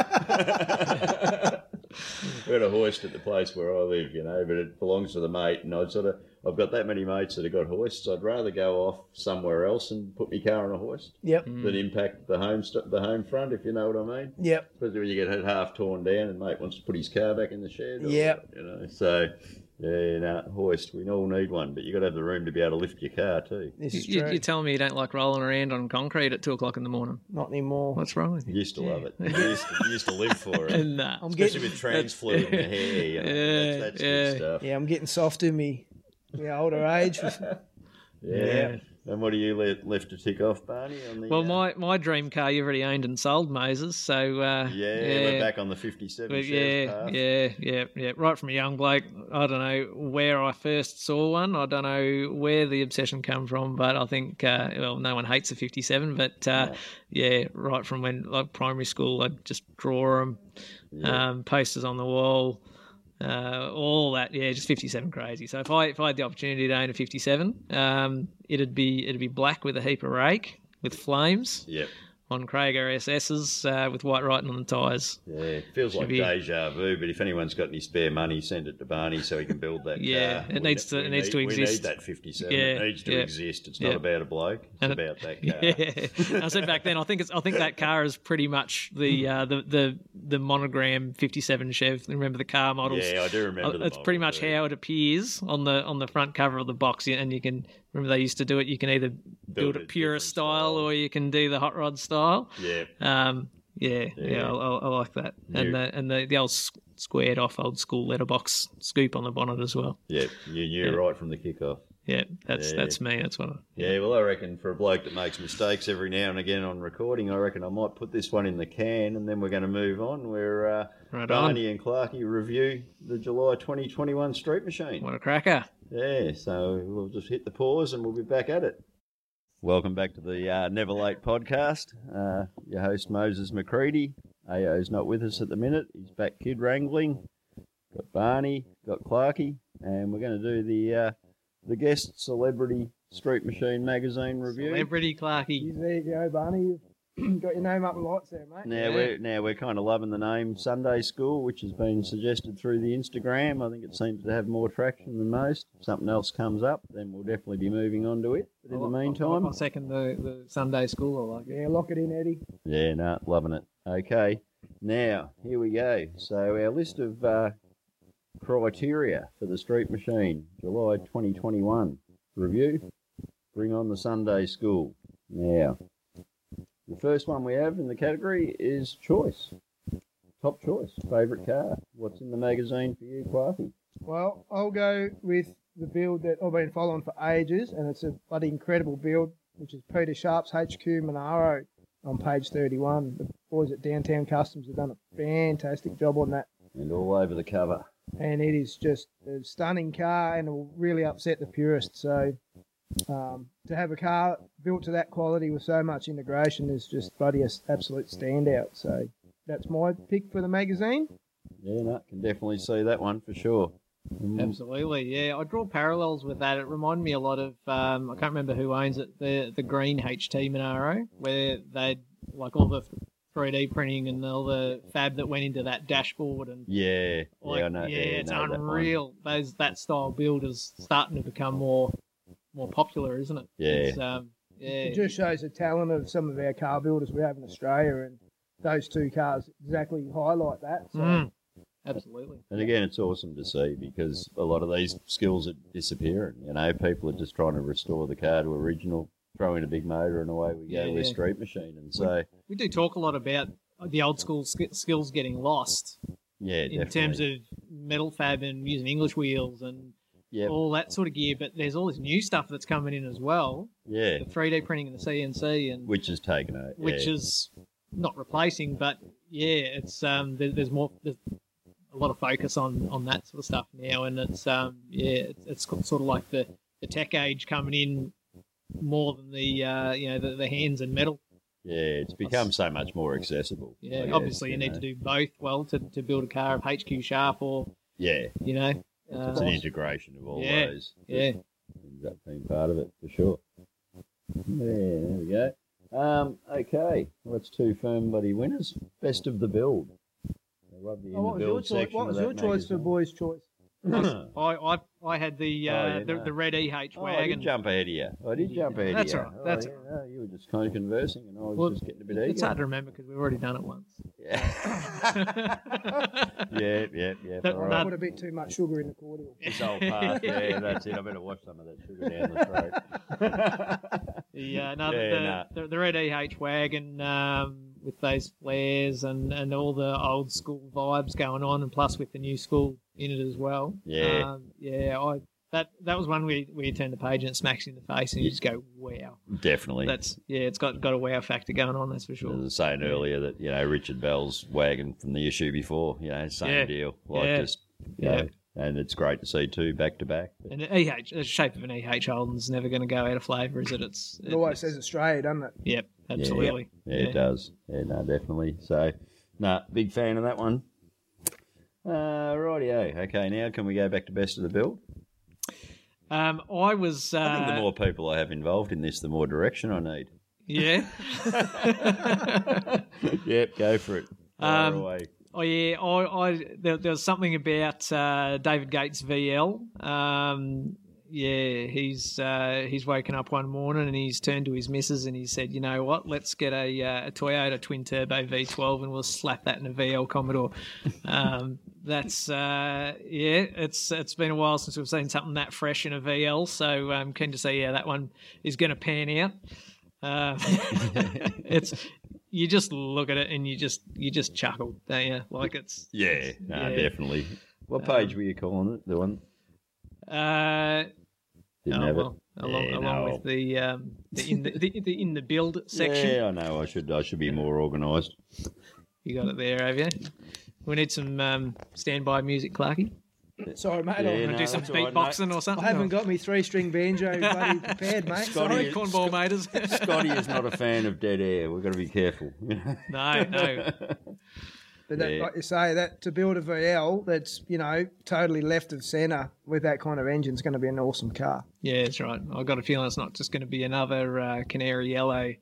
Speaker 1: we had a hoist at the place where I live, you know, but it belongs to the mate, and I'd sort of. I've got that many mates that have got hoists. I'd rather go off somewhere else and put my car on a hoist
Speaker 4: Yep,
Speaker 1: than impact the home st- the home front, if you know what I mean.
Speaker 4: yep.
Speaker 1: Especially when you get it half torn down and mate wants to put his car back in the shed. or-
Speaker 4: Yep.
Speaker 1: You know, so yeah, no, hoist. We all need one, but you got to have the room to be able to lift your car too.
Speaker 4: This
Speaker 3: You,
Speaker 4: is
Speaker 3: you,
Speaker 4: true.
Speaker 3: you're telling me you don't like rolling around on concrete at two o'clock in the morning.
Speaker 4: Not anymore.
Speaker 3: What's wrong with
Speaker 1: You
Speaker 3: you?
Speaker 1: used to love it. You used to, you used to live for it.
Speaker 3: Nah.
Speaker 4: I'm
Speaker 1: Especially
Speaker 4: getting,
Speaker 1: with trans fluid in the hair. You know,
Speaker 3: Yeah,
Speaker 1: that's that's
Speaker 3: yeah.
Speaker 1: good stuff.
Speaker 4: yeah, I'm getting soft in me. Yeah, older age.
Speaker 1: Yeah. And what are you le- left to tick off, Barney? On the,
Speaker 3: Well,
Speaker 1: uh,
Speaker 3: my, my dream car you've already owned and sold, Moses. So uh,
Speaker 1: Yeah, we're back on the 57
Speaker 3: Well,
Speaker 1: shares
Speaker 3: yeah,
Speaker 1: path.
Speaker 3: yeah, yeah, yeah. Right from a young bloke, I don't know where I first saw one. I don't know where the obsession come from, but I think uh, well, no one hates a fifty-seven, but uh, yeah, right from when like primary school, I'd just draw them, um, posters on the wall, uh, all that. Yeah, just fifty-seven crazy. So if I if I had the opportunity to own a fifty-seven, um, it'd be it'd be black with a heap of rake with flames
Speaker 1: Yep.
Speaker 3: on Craig RSS's uh, with white writing on the tyres.
Speaker 1: Yeah, it feels like
Speaker 3: be-
Speaker 1: deja vu, but if anyone's got any spare money, send it to Barney so he can build that
Speaker 3: Yeah,
Speaker 1: car.
Speaker 3: it
Speaker 1: We
Speaker 3: needs
Speaker 1: ne-
Speaker 3: to- it
Speaker 1: we
Speaker 3: needs to
Speaker 1: need-
Speaker 3: exist.
Speaker 1: We need that 57.
Speaker 3: Yeah,
Speaker 1: it needs to
Speaker 3: yeah.
Speaker 1: exist. It's
Speaker 3: Yeah.
Speaker 1: not about a bloke. It's
Speaker 3: And it-
Speaker 1: about that car.
Speaker 3: Yeah, And I said back then. I think it's. I think that car is pretty much the uh, the the the monogram '57 Chev. Remember the car models?
Speaker 1: Yeah, I do remember the
Speaker 3: It's pretty
Speaker 1: model,
Speaker 3: much
Speaker 1: too.
Speaker 3: how it appears on the on the front cover of the box, Yeah, and you can remember they used to do it. You can either build,
Speaker 1: a
Speaker 3: it purist
Speaker 1: different
Speaker 3: style,
Speaker 1: style.
Speaker 3: or you can do the hot rod style.
Speaker 1: Yeah.
Speaker 3: Um, yeah, yeah, I, I, I like that, and
Speaker 1: Yeah.
Speaker 3: the and the, the old s- squared off old school letterbox scoop on the bonnet as well.
Speaker 1: Yeah, you knew right from the kickoff.
Speaker 3: Yeah, that's
Speaker 1: Yeah.
Speaker 3: that's me. That's what. I,
Speaker 1: Yeah, well, I reckon for a bloke that makes mistakes every now and again on recording, I reckon I might put this one in the can, and then we're going to move on. Where uh,
Speaker 3: Right
Speaker 1: Barney and Clarkey review the July 2021 Street Machine.
Speaker 3: What a cracker!
Speaker 1: Yeah, so we'll just hit the pause and we'll be back at it. Welcome back to the uh, Never Late podcast. Uh, your host Moses McCready. AO's not with us at the minute. He's back kid wrangling. Got Barney, got Clarkey, and we're going to do the uh, the guest celebrity Street Machine magazine review.
Speaker 3: Celebrity Clarky.
Speaker 4: there you go, Barney. You've got your name up with lights there, mate.
Speaker 1: Now we're now we're kind of loving the name Sunday School, which has been suggested through the Instagram. I think it seems to have more traction than most. If something else comes up, then we'll definitely be moving on to it. But in the meantime,
Speaker 3: Oh, I'll second the, the Sunday school. I like it.
Speaker 4: Yeah, lock it in, Eddie.
Speaker 1: yeah, no, loving it. Okay, now here we go. So our list of uh, criteria for the Street Machine, July 2021 review. Bring on the Sunday School. Now, the first one we have in the category is choice. Top choice, favourite car. What's in the magazine for you, Clarky?
Speaker 4: Well, I'll go with the build that I've been following for ages, and it's a bloody incredible build, which is Peter Sharp's HQ Monaro on page 31. The boys at Downtown Customs have done a fantastic job on that.
Speaker 1: And all over the cover.
Speaker 4: and it is just a stunning car and it will really upset the purists. So um, to have a car built to that quality with so much integration is just bloody an absolute standout. So that's my pick for the magazine.
Speaker 1: Yeah, no, can definitely see that one for sure. Mm,
Speaker 3: Absolutely, yeah. I draw parallels with that. It reminded me a lot of um, I can't remember who owns it. The the green HT Monaro, where they like all the 3D printing and all the fab that went into that dashboard and
Speaker 1: Yeah, yeah,
Speaker 3: like yeah,
Speaker 1: I know.
Speaker 3: it's
Speaker 1: know that one.
Speaker 3: unreal. Those that style build is starting to become more more popular, isn't it?
Speaker 1: Yeah.
Speaker 3: It's, um, yeah.
Speaker 4: It just shows the talent of some of our car builders we have in Australia, and those two cars exactly highlight that. So
Speaker 3: Mm. Absolutely.
Speaker 1: And again, it's awesome to see because a lot of these skills are disappearing. You know, people are just trying to restore the car to original, throw in a big motor, and away we go.
Speaker 3: Yeah,
Speaker 1: We're
Speaker 3: yeah.
Speaker 1: street machine, and so
Speaker 3: We do talk a lot about the old school sk- skills getting lost
Speaker 1: yeah,
Speaker 3: in
Speaker 1: definitely.
Speaker 3: terms of metal fab and using English wheels and
Speaker 1: yeah,
Speaker 3: all that sort of gear. But there's all this new stuff that's coming in as well,
Speaker 1: yeah,
Speaker 3: the 3D printing and the CNC, and
Speaker 1: which is taken out.
Speaker 3: which
Speaker 1: yeah.
Speaker 3: is not replacing, but yeah, it's um, there, there's more. There's, a lot of focus on, on that sort of stuff now, and it's um yeah, it's, it's got sort of like the, the tech age coming in more than the uh, you know the, the hands and metal
Speaker 1: yeah, it's become so much more accessible.
Speaker 3: Yeah,
Speaker 1: I guess,
Speaker 3: obviously you need
Speaker 1: know.
Speaker 3: to do both well to, to build a car of HQ sharp or
Speaker 1: Yeah,
Speaker 3: you know,
Speaker 1: it's an
Speaker 3: uh,
Speaker 1: integration of all
Speaker 3: Yeah,
Speaker 1: those.
Speaker 3: yeah,
Speaker 1: ends up being part of it for sure. Yeah, there we go. Um, okay, well, that's two firm buddy winners. Best of the build. They rubbed you in
Speaker 4: Oh, what
Speaker 1: the
Speaker 4: was your
Speaker 1: build
Speaker 4: choice?
Speaker 1: section
Speaker 4: What
Speaker 1: of
Speaker 4: was your
Speaker 1: that
Speaker 4: choice for
Speaker 1: magazine.
Speaker 4: boys' choice?
Speaker 3: I I, I had the uh,
Speaker 1: Oh, yeah,
Speaker 3: the,
Speaker 1: no.
Speaker 3: the red EH
Speaker 1: Oh, I did
Speaker 3: wagon.
Speaker 1: jump ahead of you. I did jump ahead
Speaker 3: That's
Speaker 1: of you.
Speaker 3: all right, that's
Speaker 1: oh, yeah, no, you were just kind of conversing, and I was
Speaker 3: Well,
Speaker 1: just getting a bit
Speaker 3: it's
Speaker 1: eager.
Speaker 3: hard to remember because we've already done it once.
Speaker 1: Yeah. yeah, yeah, yeah.
Speaker 3: That-
Speaker 1: all
Speaker 4: I
Speaker 1: right.
Speaker 4: put a bit too much sugar in the cordial.
Speaker 1: This old part. Yeah, that's it. I better wash some of that sugar down the throat.
Speaker 3: Yeah, no, the,
Speaker 1: Yeah,
Speaker 3: the,
Speaker 1: nah.
Speaker 3: the, the red EH wagon um, with those flares and, and all the old school vibes going on, and plus with the new school in it as well.
Speaker 1: Yeah.
Speaker 3: um, yeah. I that that was one where where you turn the page and it smacks you in the face, and you just go, wow.
Speaker 1: Definitely.
Speaker 3: That's yeah, it's got got a wow factor going on, that's for sure.
Speaker 1: As I was saying earlier, that you know Richard Bell's wagon from the issue before, you know, same
Speaker 3: Yeah.
Speaker 1: deal. Like
Speaker 3: Yeah.
Speaker 1: just yeah,
Speaker 3: Yeah.
Speaker 1: and it's great to see two back to back. But
Speaker 3: And an EH, the shape of an EH Holden's never going to go out of flavour, is it? It's
Speaker 4: It always says Australia, doesn't it?
Speaker 3: Yep, absolutely.
Speaker 1: Yeah, it does. Yeah, no, definitely. So, no, big fan of that one. Uh, rightio. Okay, now can we go back to best of the build?
Speaker 3: Um, I was. Uh,
Speaker 1: I think the more people I have involved in this, the more direction I need.
Speaker 3: yeah.
Speaker 1: yep, go for it. Fire
Speaker 3: Um,
Speaker 1: away.
Speaker 3: Oh yeah, I, I there, there was something about uh, David Gates VL. Um, yeah, he's uh, he's woken up one morning and he's turned to his missus and he said, you know what, let's get a, uh, a Toyota twin turbo V12 and we'll slap that in a VL Commodore. um, that's uh, yeah, it's it's been a while since we've seen something that fresh in a VL. So um, keen to see how that one is going to pan out. Um, it's you just look at it and you just you just chuckle, don't you? Like it's
Speaker 1: Yeah, no,
Speaker 3: yeah. Um,
Speaker 1: definitely. What page were you calling it? The one
Speaker 3: uh,
Speaker 1: didn't
Speaker 3: oh,
Speaker 1: have it.
Speaker 3: well, along,
Speaker 1: Yeah,
Speaker 3: along
Speaker 1: no.
Speaker 3: with the um, the in the, the, the in the build section.
Speaker 1: Yeah, I know. I should. I should be more organised.
Speaker 3: You got it there, have you? We need some um, standby music, Clarky.
Speaker 4: Sorry, mate.
Speaker 1: Yeah,
Speaker 4: I-
Speaker 3: Want to
Speaker 1: no,
Speaker 3: do some
Speaker 1: that's all right, mate.
Speaker 3: beatboxing or something?
Speaker 4: I haven't got me three string banjo bloody prepared, mate.
Speaker 1: Scotty-
Speaker 4: Sorry.
Speaker 3: Sorry, cornball maters.
Speaker 1: Scotty is not a fan of dead air. We've got to be careful.
Speaker 3: no, no.
Speaker 4: But that,
Speaker 1: Yeah.
Speaker 4: like you say, that to build a VL that's you know totally left of center with that kind of engine is going to be an awesome car.
Speaker 3: Yeah, that's right. I've got a feeling it's not just going to be another uh, canary yellow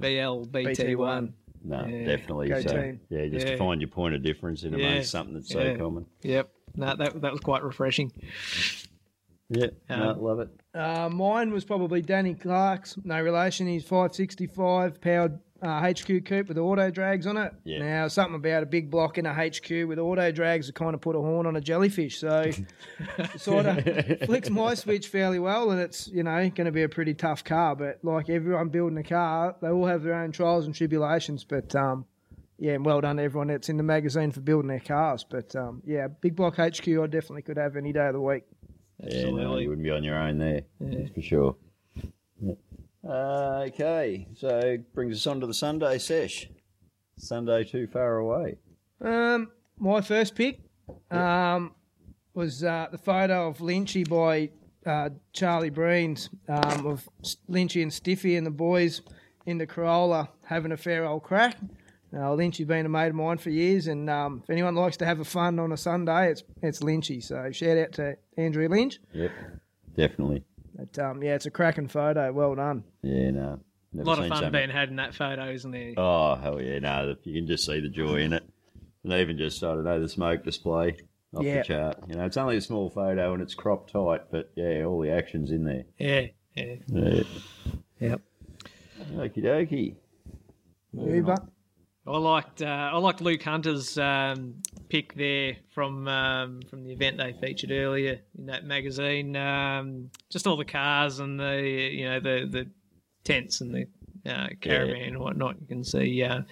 Speaker 3: VL BT1.
Speaker 1: no,
Speaker 3: Yeah.
Speaker 1: definitely.
Speaker 4: Go
Speaker 1: so,
Speaker 4: team.
Speaker 1: Yeah, just
Speaker 3: Yeah.
Speaker 1: to find your point of difference in
Speaker 3: Yeah.
Speaker 1: amongst something that's so
Speaker 3: Yeah.
Speaker 1: common.
Speaker 3: Yep. No, that that was quite refreshing.
Speaker 1: Yeah,
Speaker 3: Yeah.
Speaker 1: no, love it.
Speaker 4: Uh, mine was probably Danny Clark's, no relation. He's 565 powered uh, HQ coupe with auto drags on it.
Speaker 1: Yeah.
Speaker 4: Now, something about a big block in a HQ with auto drags to kind of put a horn on a jellyfish. So, sort of flicks my switch fairly well, and it's, you know, going to be a pretty tough car. But like everyone building a car, they all have their own trials and tribulations. But, um, yeah, and well done to everyone that's in the magazine for building their cars. But um, yeah, Big Block HQ, I definitely could have any day of the week.
Speaker 1: Yeah, no,
Speaker 3: Absolutely.
Speaker 1: you wouldn't be on your own there. That's for sure. Yeah. Uh, okay, so brings us on to the Sunday sesh. Sunday too far away.
Speaker 4: Um, my first pick um, was uh, the photo of Lynchy by uh, Charlie Breen's um, of S- Lynchy and Stiffy and the boys in the Corolla having a fair old crack. Now Lynchy's been a mate of mine for years, and um, if anyone likes to have a fun on a Sunday, it's it's Lynchy. So shout out to Andrew Lynch.
Speaker 1: Yep, definitely.
Speaker 4: But, um, yeah, it's a cracking photo. Well done.
Speaker 1: Yeah, no.
Speaker 3: A
Speaker 1: Never
Speaker 3: lot of
Speaker 1: seen
Speaker 3: fun
Speaker 1: something-
Speaker 3: being had in that photo, isn't there?
Speaker 1: Oh hell yeah! No, you can just see the joy in it, and even just I don't know the smoke display off
Speaker 4: Yeah.
Speaker 1: the chart. You know, it's only a small photo and it's cropped tight, but yeah, all the action's in there.
Speaker 3: Yeah, Yeah.
Speaker 1: Yeah.
Speaker 3: Yep.
Speaker 1: Okie dokie.
Speaker 4: Uber.
Speaker 3: I liked uh, I liked Luke Hunter's um, pick there from um, from the event they featured earlier in that magazine. Um, just all the cars and the you know the the tents and the uh, caravan and whatnot. You can see uh,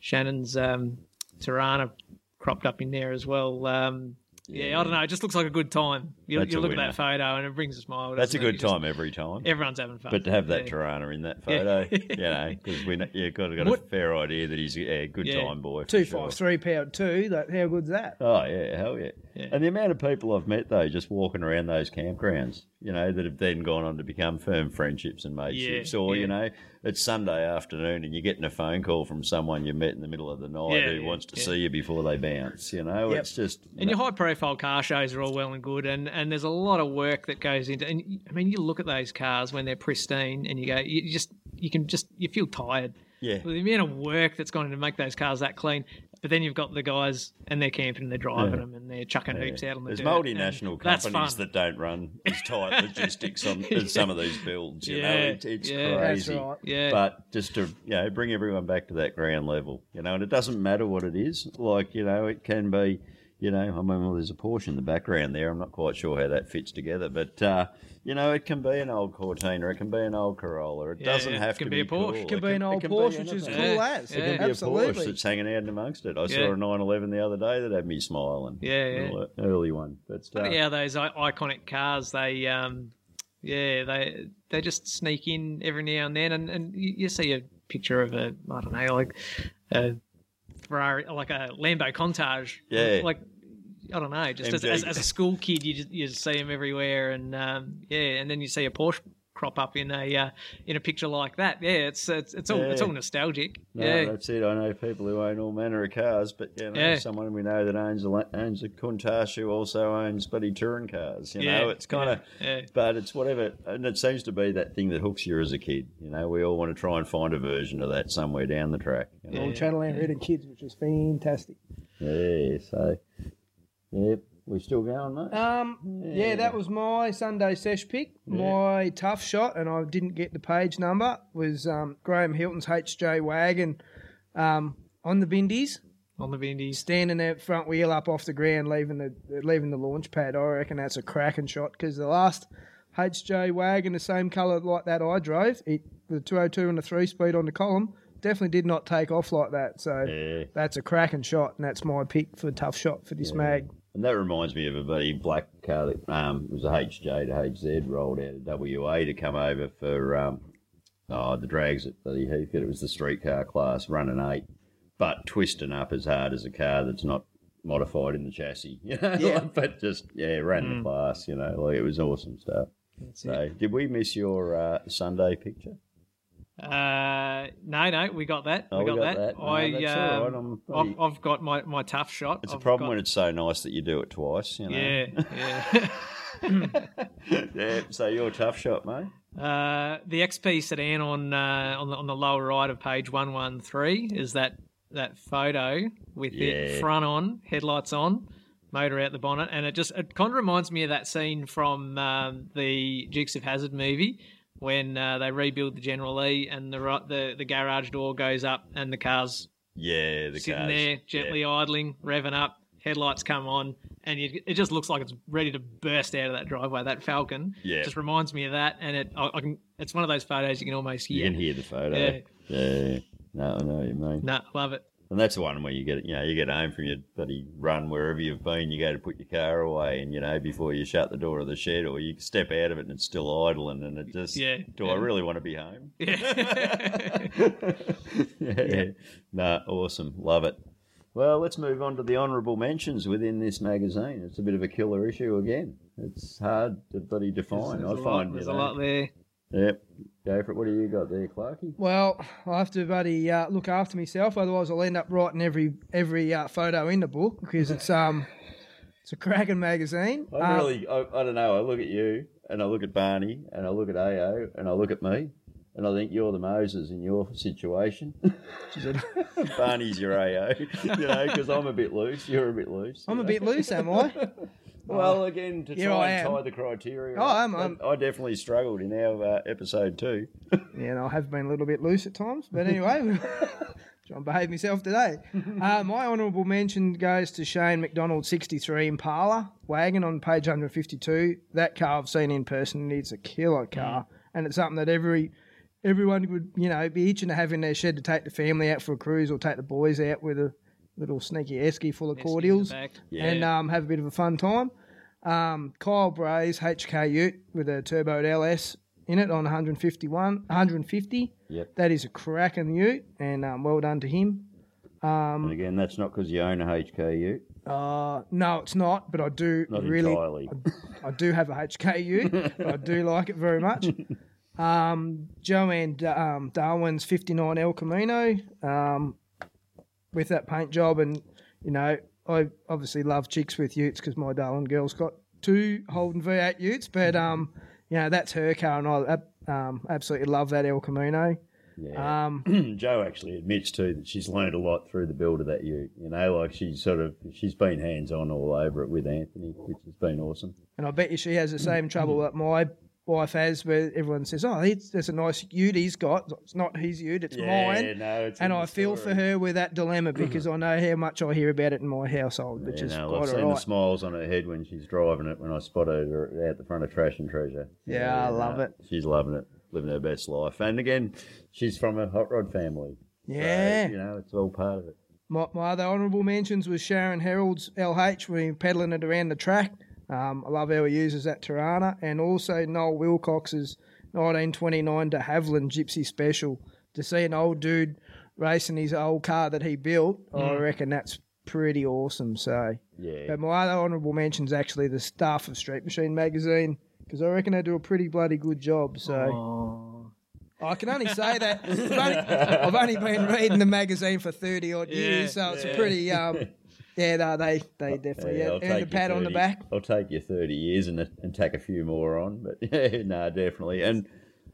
Speaker 3: Shannon's um, Tirana cropped up in there as well. Um, yeah, I don't know. It just looks like a good time. You,
Speaker 1: That's a
Speaker 3: you look at
Speaker 1: winner.
Speaker 3: that photo and it brings a smile.
Speaker 1: That's a
Speaker 3: doesn't it?
Speaker 1: good
Speaker 3: You just-
Speaker 1: time every time.
Speaker 3: Everyone's having fun.
Speaker 1: But to have that
Speaker 3: Yeah.
Speaker 1: Tirana in that
Speaker 3: Yeah.
Speaker 1: photo, you know, because we know, you've got, got a
Speaker 4: What-
Speaker 1: fair idea that he's a good
Speaker 3: Yeah.
Speaker 1: time boy. for
Speaker 4: Two
Speaker 1: sure.
Speaker 4: five three powered two. Like how good's that?
Speaker 1: Oh yeah, hell yeah.
Speaker 3: Yeah.
Speaker 1: And the amount of people I've met though, just walking around those campgrounds, you know, that have then gone on to become firm friendships and mateships,
Speaker 3: Yeah,
Speaker 1: or
Speaker 3: yeah.
Speaker 1: you know, it's Sunday afternoon and you're getting a phone call from someone you met in the middle of the night
Speaker 3: Yeah,
Speaker 1: who
Speaker 3: yeah,
Speaker 1: wants to
Speaker 3: yeah.
Speaker 1: see you before they bounce. You know,
Speaker 4: Yep.
Speaker 1: it's just
Speaker 3: And your high profile car shows are all well and good, and, and there's a lot of work that goes into. And I mean, you look at those cars when they're pristine, and you go, you just you can just you feel tired.
Speaker 1: yeah,
Speaker 3: Well, the amount of work that's gone into make those cars that clean, but then you've got the guys and they're camping and they're driving
Speaker 1: Yeah.
Speaker 3: them and they're chucking hoops out on the
Speaker 1: There's
Speaker 3: dirt,
Speaker 1: multinational
Speaker 3: and that's
Speaker 1: companies
Speaker 3: fun.
Speaker 1: that don't run as tight logistics on as some of these builds. You know,
Speaker 3: Yeah,
Speaker 1: it's, it's
Speaker 3: yeah.
Speaker 4: That's
Speaker 1: crazy.
Speaker 4: right.
Speaker 3: yeah,
Speaker 1: But just to you know, bring everyone back to that ground level, you know, and it doesn't matter what it is. Like you know, it can be, you know, I mean, well, there's a Porsche in the background there. I'm not quite sure how that fits together, but uh, you know, it can be an old Cortina, it can be an old Corolla. It
Speaker 3: Yeah,
Speaker 1: doesn't
Speaker 3: it
Speaker 1: have
Speaker 3: can
Speaker 1: to
Speaker 3: be a
Speaker 1: cool.
Speaker 3: Porsche. It
Speaker 4: Could be an old
Speaker 1: it can
Speaker 4: Porsche, which is cool
Speaker 1: anything.
Speaker 3: Yeah.
Speaker 4: as.
Speaker 3: It
Speaker 1: It can be a Porsche
Speaker 4: Absolutely.
Speaker 1: that's hanging out in amongst it. I
Speaker 3: Yeah.
Speaker 1: saw a 911 the other day that had me smiling.
Speaker 3: Yeah, yeah.
Speaker 1: An early one. But uh,
Speaker 3: yeah, those i- iconic cars. They, um, yeah, they they just sneak in every now and then, and, and you you see a picture of a I don't know, like a Ferrari, like a Lambo Contage.
Speaker 1: Yeah.
Speaker 3: like I don't know, just as,
Speaker 1: MG.
Speaker 3: as, as a school kid, you just, you just see them everywhere, and um, yeah, and then you see a Porsche crop up in a uh, in a picture like that. Yeah, it's it's, it's all it's
Speaker 1: Yeah.
Speaker 3: all nostalgic.
Speaker 1: No,
Speaker 3: yeah,
Speaker 1: that's it. I know people who own all manner of cars, but you know,
Speaker 3: Yeah.
Speaker 1: someone we know that owns a la- owns a Countach who also owns buddy touring cars. You
Speaker 3: yeah,
Speaker 1: know, it's kind of,
Speaker 3: yeah,
Speaker 1: but it's whatever, and it seems to be that thing that hooks you as a kid. You know, we all want to try and find a version of that somewhere down the track. You know?
Speaker 4: All Channel Land Red and Kids, which is fantastic.
Speaker 1: yeah. so yep, we're still going, mate.
Speaker 3: Uh,
Speaker 4: Um, yeah. that was my Sunday sesh pick. My tough shot, and I didn't get the page number, was um, Graham Hilton's HJ Wagon um, on the Bindies,
Speaker 3: on the Vindies.
Speaker 4: standing that front wheel up off the ground, leaving the leaving the launch pad. I reckon that's a cracking shot because the last HJ Wagon, the same colour like that I drove, it the 202 and the three speed on the column, definitely did not take off like that. So
Speaker 1: yeah.
Speaker 4: that's a cracking shot, and that's my pick for tough shot for this mag.
Speaker 1: And that reminds me of a buddy black car that um, was a HJ to HZ rolled out of WA to come over for um, oh, the drags at Bloody Heathcote. It was the streetcar class, running eight, but twisting up as hard as a car that's not modified in the chassis. You know?
Speaker 4: Yeah.
Speaker 1: Like, but just, yeah, ran
Speaker 3: Mm.
Speaker 1: the class, you know, like it was awesome stuff. So, did we miss your uh, Sunday picture?
Speaker 3: Uh, no, no, we got that.
Speaker 1: Oh,
Speaker 3: we got, that.
Speaker 1: No,
Speaker 3: I,
Speaker 1: that's all right. I'm
Speaker 3: um, I've,
Speaker 1: bloody-
Speaker 3: I've got my, my tough shot.
Speaker 1: It's
Speaker 3: I've
Speaker 1: a problem
Speaker 3: got-
Speaker 1: when it's so nice that you do it twice, you know. eh?
Speaker 3: yeah, yeah.
Speaker 1: yeah so, you're a tough shot, mate.
Speaker 3: Uh, the XP sedan on uh, on the on the lower right of page one one three is that that photo with
Speaker 1: Yeah.
Speaker 3: it front on, headlights on, motor out the bonnet, and it just it kind of reminds me of that scene from um, the Dukes of Hazard movie when uh, they rebuild the General Lee and the ri- the the garage door goes up and the car's
Speaker 1: Yeah, the
Speaker 3: sitting
Speaker 1: cars.
Speaker 3: there gently idling, revving up, headlights come on, and you, it just looks like it's ready to burst out of that driveway. That Falcon
Speaker 1: Yeah.
Speaker 3: just reminds me of that, and it I, I can it's one of those photos you can almost
Speaker 1: You
Speaker 3: hear.
Speaker 1: can hear eh? the photo.
Speaker 3: Yeah.
Speaker 1: Yeah. No, I know what you mean.
Speaker 3: No, love it.
Speaker 1: And that's the one where you get you know, you get home from your bloody run wherever you've been, you go to put your car away and you know, before you shut the door of the shed or you step out of it and it's still idling and it just
Speaker 3: Yeah,
Speaker 1: do I
Speaker 3: yeah.
Speaker 1: really want to be home?
Speaker 3: Yeah.
Speaker 1: yeah. No, awesome. Love it. Well, let's move on to the honourable mentions within this magazine. It's a bit of a killer issue again. It's hard to bloody define.
Speaker 3: there's
Speaker 1: I
Speaker 3: a
Speaker 1: find
Speaker 3: lot, there's
Speaker 1: you
Speaker 3: a
Speaker 1: know.
Speaker 3: lot there.
Speaker 1: Yep. Go for it. What do you got there, Clarky?
Speaker 4: Well, I have to buddy uh, look after myself, otherwise I'll end up writing every every uh, photo in the book because it's um it's a cracking magazine.
Speaker 1: I'm
Speaker 4: Uh,
Speaker 1: really, I, I don't know. I look at you and I look at Barney and I look at AO and I look at me and I think you're the Moses in your situation.
Speaker 4: Um,
Speaker 1: Barney's your AO, you know, because I'm a bit loose. You're a bit loose.
Speaker 4: I'm
Speaker 1: you
Speaker 4: a
Speaker 1: know.
Speaker 4: bit loose, am I?
Speaker 1: Well, again, to
Speaker 4: Here
Speaker 1: try
Speaker 4: I
Speaker 1: and
Speaker 4: am.
Speaker 1: tie the criteria.
Speaker 4: Oh,
Speaker 1: up,
Speaker 4: I'm- I'm-
Speaker 1: I definitely struggled in our uh, episode two.
Speaker 4: Yeah, and I have been a little bit loose at times, but anyway, trying to behave myself today. Uh, my honourable mention goes to Shane McDonald, 63 Impala wagon on page 152. That car I've seen in person, and it's a killer car, and it's something that every everyone would you know be itching to have in their shed to take the family out for a cruise or take the boys out with a little sneaky esky full of cordials and um, have a bit of a fun time. Um, Kyle Bray's HK Ute with a turboed LS in it on 151, 150.
Speaker 1: Yep.
Speaker 4: That is a cracking Ute, and um, well done to him. Um,
Speaker 1: And again, that's not because you own a HKU.
Speaker 4: Uh, no, it's not, but I do
Speaker 1: Not
Speaker 4: really,
Speaker 1: entirely.
Speaker 4: I do have a HK Ute. but I do like it very much. Um, Joanne D- um, Darwin's 59 El Camino um, with that paint job. And, you know, I obviously love chicks with utes because my darling girl's got two Holden V8 utes. But, um, you know, that's her car and I ab- um, absolutely love that El Camino.
Speaker 1: Yeah.
Speaker 4: Um,
Speaker 1: Joe actually admits too that she's learned a lot through the build of that ute. You know, like she's sort of she's been hands on all over it with Anthony, which has been awesome.
Speaker 4: And I bet you she has the same trouble that my wife has, where everyone says, "Oh, he's, that's a nice ute he's got. It's not his ute, it's mine."
Speaker 1: no, it's
Speaker 4: And
Speaker 1: in the
Speaker 4: I feel
Speaker 1: story.
Speaker 4: for her with that dilemma because I know how much I hear about it in my household, which
Speaker 1: Yeah,
Speaker 4: is
Speaker 1: no, I've
Speaker 4: quite
Speaker 1: seen
Speaker 4: all
Speaker 1: the
Speaker 4: right.
Speaker 1: smiles on her head when she's driving it when I spotted her out the front of Trash and Treasure.
Speaker 4: Yeah, I love it.
Speaker 1: She's loving it, living her best life. And again, she's from a hot rod family. So,
Speaker 4: yeah.
Speaker 1: you know, it's all part of it.
Speaker 4: My, my other honourable mentions was Sharon Harold's LH when he was peddling it around the track. Um, I love how he uses that Tirana, and also Noel Wilcox's 1929 de Havilland Gypsy Special. To see an old dude racing his old car that he built, I
Speaker 1: Mm.
Speaker 4: reckon that's pretty awesome. So,
Speaker 1: Yeah.
Speaker 4: but my other honourable mention's actually the staff of Street Machine magazine because I reckon they do a pretty bloody good job. So.
Speaker 3: Oh.
Speaker 4: I can only say that I've only, I've only been reading the magazine for thirty odd years,
Speaker 3: Yeah,
Speaker 4: so it's
Speaker 3: yeah.
Speaker 4: pretty. Um, yeah, no, they they definitely
Speaker 1: Yeah,
Speaker 4: yeah,
Speaker 1: I'll take
Speaker 4: earned a
Speaker 1: your
Speaker 4: pat on the
Speaker 1: 30
Speaker 4: back.
Speaker 1: I'll take your 30 years and, and tack a few more on. But yeah, no, definitely. And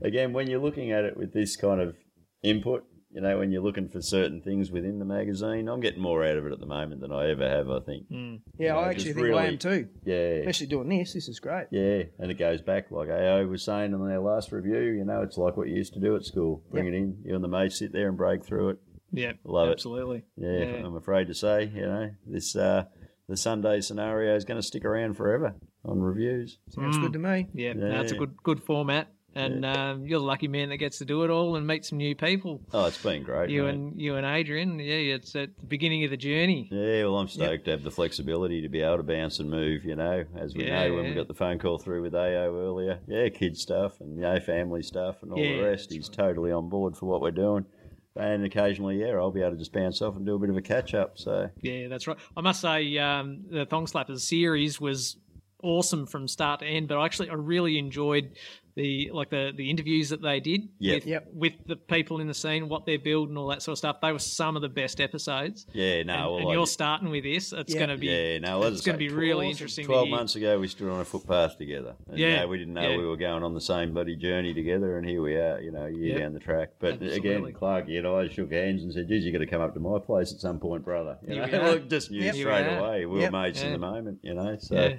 Speaker 1: again, when you're looking at it with this kind of input, you know, when you're looking for certain things within the magazine, I'm getting more out of it at the moment than I ever have, I think.
Speaker 3: Mm.
Speaker 4: Yeah,
Speaker 1: Yeah,
Speaker 4: I
Speaker 1: just
Speaker 4: actually think I
Speaker 1: really-
Speaker 4: am too.
Speaker 1: Yeah.
Speaker 4: Especially doing this, this is great.
Speaker 1: Yeah, and it goes back like AO was saying in our last review. You know, it's like what you used to do at school. Bring it in, you and the mates sit there and break through it.
Speaker 3: Yeah,
Speaker 1: Love it.
Speaker 3: absolutely.
Speaker 1: Yeah,
Speaker 3: Yeah.
Speaker 1: I'm afraid to say, you know, this uh, the Sunday scenario is going to stick around forever on reviews.
Speaker 4: Sounds
Speaker 3: Mm.
Speaker 4: good to me.
Speaker 3: Yeah, no, it's a
Speaker 1: Yeah.
Speaker 3: good good format, and um, you're the lucky man that gets to do it all and meet some new people.
Speaker 1: Oh, it's been great.
Speaker 3: You
Speaker 1: mate.
Speaker 3: and you and Adrian, yeah, it's at the beginning of the journey.
Speaker 1: yeah, well, I'm stoked to have the flexibility to be able to bounce and move. You know, as we
Speaker 3: Yeah,
Speaker 1: know when we
Speaker 3: yeah.
Speaker 1: got the phone call through with AO earlier. Yeah, kid stuff and you know family stuff and all
Speaker 3: Yeah,
Speaker 1: the rest. He's
Speaker 3: that's
Speaker 1: totally on board for what we're doing. And occasionally, yeah, I'll be able to just bounce off and do a bit of a catch up. So
Speaker 3: Yeah, that's right. I must say, um, the Thong Slappers series was awesome from start to end. But I actually, I really enjoyed the like the the interviews that they did
Speaker 1: Yeah.
Speaker 3: with
Speaker 4: Yep.
Speaker 3: with the people in the scene, what they're building, all that sort of stuff. They were some of the best episodes.
Speaker 1: Yeah, no,
Speaker 3: and,
Speaker 1: well,
Speaker 3: and
Speaker 1: I
Speaker 3: you're
Speaker 1: just-
Speaker 3: starting with this. It's
Speaker 4: Yeah.
Speaker 3: going to be
Speaker 1: yeah, no,
Speaker 3: it's going to be really interesting. to
Speaker 1: Twelve
Speaker 3: hear.
Speaker 1: months ago, we stood on a footpath together. And, you
Speaker 3: Yeah,
Speaker 1: know, we didn't know
Speaker 3: yeah.
Speaker 1: we were going on the same bloody journey together, and here we are, you know, a year
Speaker 3: Yep.
Speaker 1: down the track. But
Speaker 3: Absolutely.
Speaker 1: again, Clark, you and I shook hands and said, "Geez, you got to come up to my place at some point, brother." You
Speaker 3: Here
Speaker 1: know,
Speaker 3: we are.
Speaker 1: Look, just knew
Speaker 3: Yep. Here we
Speaker 1: straight
Speaker 3: are.
Speaker 1: away we
Speaker 4: Yep.
Speaker 1: were mates in
Speaker 3: Yeah.
Speaker 1: the moment, you know. So,
Speaker 3: Yeah.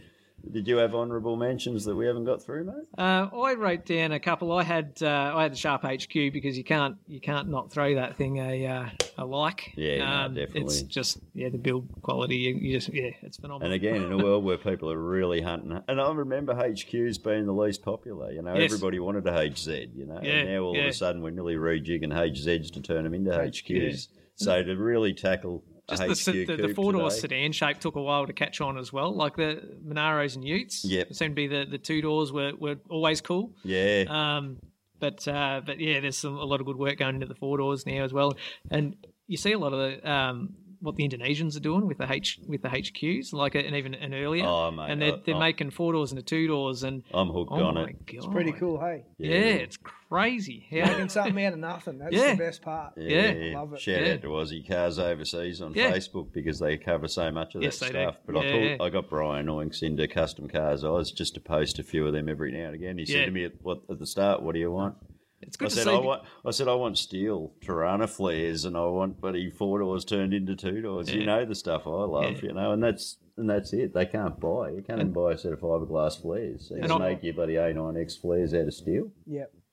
Speaker 1: did you have honourable mentions that we haven't got through, mate?
Speaker 3: Uh, I wrote down a couple. I had uh, I had the sharp HQ because you can't you can't not throw that thing a uh, a like. Um,
Speaker 1: Yeah, no,
Speaker 3: It's
Speaker 1: definitely.
Speaker 3: just yeah the build quality. You, you just yeah, it's phenomenal.
Speaker 1: And again, in a world where people are really hunting, and I remember HQs being the least popular. You know,
Speaker 3: Yes.
Speaker 1: everybody wanted a HZ. You know,
Speaker 3: Yeah,
Speaker 1: and now all
Speaker 3: yeah.
Speaker 1: of a sudden we're nearly rejigging HZs to turn them into HQs. So to really tackle
Speaker 3: just
Speaker 1: a
Speaker 3: the,
Speaker 1: HQ
Speaker 3: se- the, the
Speaker 1: coupe
Speaker 3: four door
Speaker 1: today-
Speaker 3: sedan shape took a while to catch on as well. Like the Monaros and Utes.
Speaker 1: Yep.
Speaker 3: It seemed to be the, the two doors were, were always cool.
Speaker 1: yeah,
Speaker 3: Um, but uh, but yeah, there's some, a lot of good work going into the four doors now as well, and you see a lot of the, um, what the Indonesians are doing with the H with the HQs, like and even an earlier,
Speaker 1: Oh, mate,
Speaker 3: and they're,
Speaker 1: I-
Speaker 3: they're
Speaker 1: I-
Speaker 3: making four doors into two doors, and
Speaker 1: I'm hooked
Speaker 3: oh
Speaker 1: on
Speaker 3: my
Speaker 1: it.
Speaker 3: god,
Speaker 4: It's pretty cool, hey.
Speaker 3: Yeah, it's crazy. Yeah,
Speaker 4: Making something out of nothing. That's
Speaker 3: Yeah.
Speaker 4: the best part.
Speaker 3: Yeah.
Speaker 4: Love it.
Speaker 1: Shout
Speaker 3: Yeah.
Speaker 1: out to Aussie Cars Overseas on
Speaker 3: Yeah.
Speaker 1: Facebook because they cover so much of
Speaker 3: Yes,
Speaker 1: that
Speaker 3: they do.
Speaker 1: stuff. But I,
Speaker 3: Yeah,
Speaker 1: thought,
Speaker 3: yeah.
Speaker 1: I got Brian Oinks into Custom Cars Oz just to post a few of them every now and again. He
Speaker 3: Yeah.
Speaker 1: said to me at, what, at the start, What do you want?
Speaker 3: It's
Speaker 1: I
Speaker 3: good to
Speaker 1: said
Speaker 3: see.
Speaker 1: I want. I said I want steel Tirana flares, and I want bloody four doors turned into two doors. You
Speaker 3: Yeah.
Speaker 1: know the stuff I love,
Speaker 3: Yeah.
Speaker 1: you know, and that's and that's it. They can't buy. You can't even buy a set of fiberglass flares. So you
Speaker 3: And
Speaker 1: can
Speaker 3: I-
Speaker 1: make your bloody A9X flares out of steel.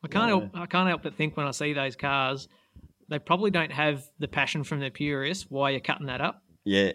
Speaker 3: I can't help. I can't help but think when I see those cars, they probably don't have the passion from their purists. Why you're cutting that up?
Speaker 1: Yeah,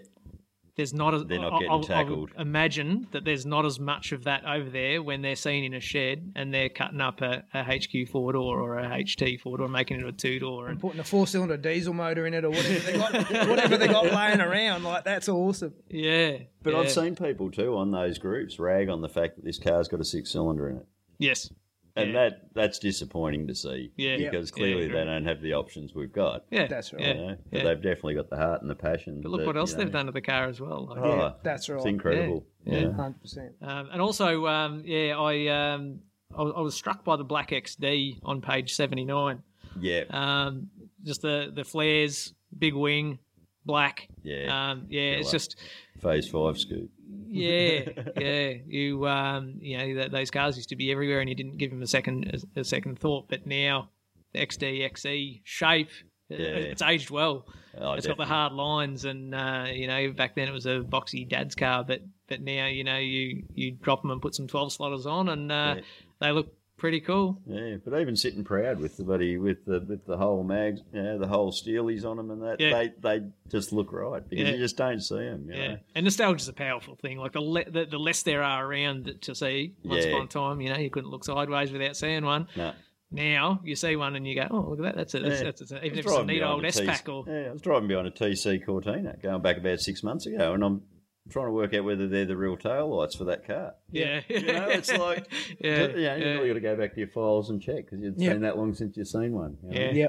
Speaker 3: There's not as
Speaker 1: They're not
Speaker 3: I- I-
Speaker 1: getting
Speaker 3: I would
Speaker 1: tackled.
Speaker 3: imagine that there's not as much of that over there when they're seen in a shed and they're cutting up a, a HQ four door or a HT four door, making it a two door.
Speaker 4: and
Speaker 3: And
Speaker 4: putting a four cylinder diesel motor in it or whatever they got, whatever they got laying around. Like that's awesome.
Speaker 3: yeah,
Speaker 1: but
Speaker 3: yeah.
Speaker 1: I've seen people too on those groups rag on the fact that this car's got a six cylinder in it,
Speaker 3: yes,
Speaker 1: and
Speaker 3: Yeah.
Speaker 1: that that's disappointing to see.
Speaker 3: Yeah. Yeah.
Speaker 1: because
Speaker 3: Yeah,
Speaker 1: clearly
Speaker 3: agree.
Speaker 1: they don't have the options we've got.
Speaker 3: yeah,
Speaker 4: That's right.
Speaker 1: You
Speaker 3: Yeah,
Speaker 1: know? But
Speaker 3: yeah.
Speaker 1: they've definitely got the heart and the passion.
Speaker 3: But look
Speaker 1: that,
Speaker 3: what
Speaker 1: you
Speaker 3: else they've
Speaker 1: know,
Speaker 3: done to the car as well. Like,
Speaker 1: Oh,
Speaker 4: Yeah,
Speaker 1: It's
Speaker 4: that's right.
Speaker 1: incredible.
Speaker 3: Yeah.
Speaker 1: yeah.
Speaker 4: Hundred percent.
Speaker 3: Um, and also, um, yeah, I, um, I I was struck by the black XD on page seventy nine.
Speaker 1: Yeah,
Speaker 3: Um, just the the flares, big wing, black.
Speaker 1: yeah.
Speaker 3: Um, yeah, it's
Speaker 1: like-
Speaker 3: just
Speaker 1: Phase five scoop.
Speaker 3: yeah, yeah. You um, you know that those cars used to be everywhere, and you didn't give them a second a, a second thought. But now the XD XE E shape, it-
Speaker 1: Yeah.
Speaker 3: it's aged well.
Speaker 1: Oh,
Speaker 3: It's got the hard lines, and uh, you know back then it was a boxy dad's car, but but now you know you you drop them and put some twelve slotters on, and uh,
Speaker 1: Yeah.
Speaker 3: they look pretty cool.
Speaker 1: definitely. Yeah, but even sitting proud with the buddy with the with the whole mags, you know, the whole steelies on them, and that
Speaker 3: Yeah.
Speaker 1: they they just look right because
Speaker 3: Yeah.
Speaker 1: you just don't see them. You
Speaker 3: Yeah,
Speaker 1: know?
Speaker 3: and nostalgia's a powerful thing. Like the, le- the the less there are around that to see. Once
Speaker 1: Yeah.
Speaker 3: upon a time, you know, you couldn't look sideways without seeing one.
Speaker 1: No.
Speaker 3: Now you see one and you go, oh, look at that. That's it. That's,
Speaker 1: Yeah.
Speaker 3: that's, that's,
Speaker 1: I
Speaker 3: even
Speaker 1: was
Speaker 3: if it's a
Speaker 1: driving
Speaker 3: neat
Speaker 1: behind
Speaker 3: old
Speaker 1: a
Speaker 3: S
Speaker 1: T-
Speaker 3: pack or
Speaker 1: yeah, I was driving behind a TC Cortina going back about six months ago, and I'm trying to work out whether they're the real tail lights for that car.
Speaker 3: yeah,
Speaker 1: You know, it's like
Speaker 3: yeah,
Speaker 1: you know, you really got to go back to your files and check because it's
Speaker 4: Yeah.
Speaker 1: been that long since you've seen one. you know?
Speaker 3: Yeah.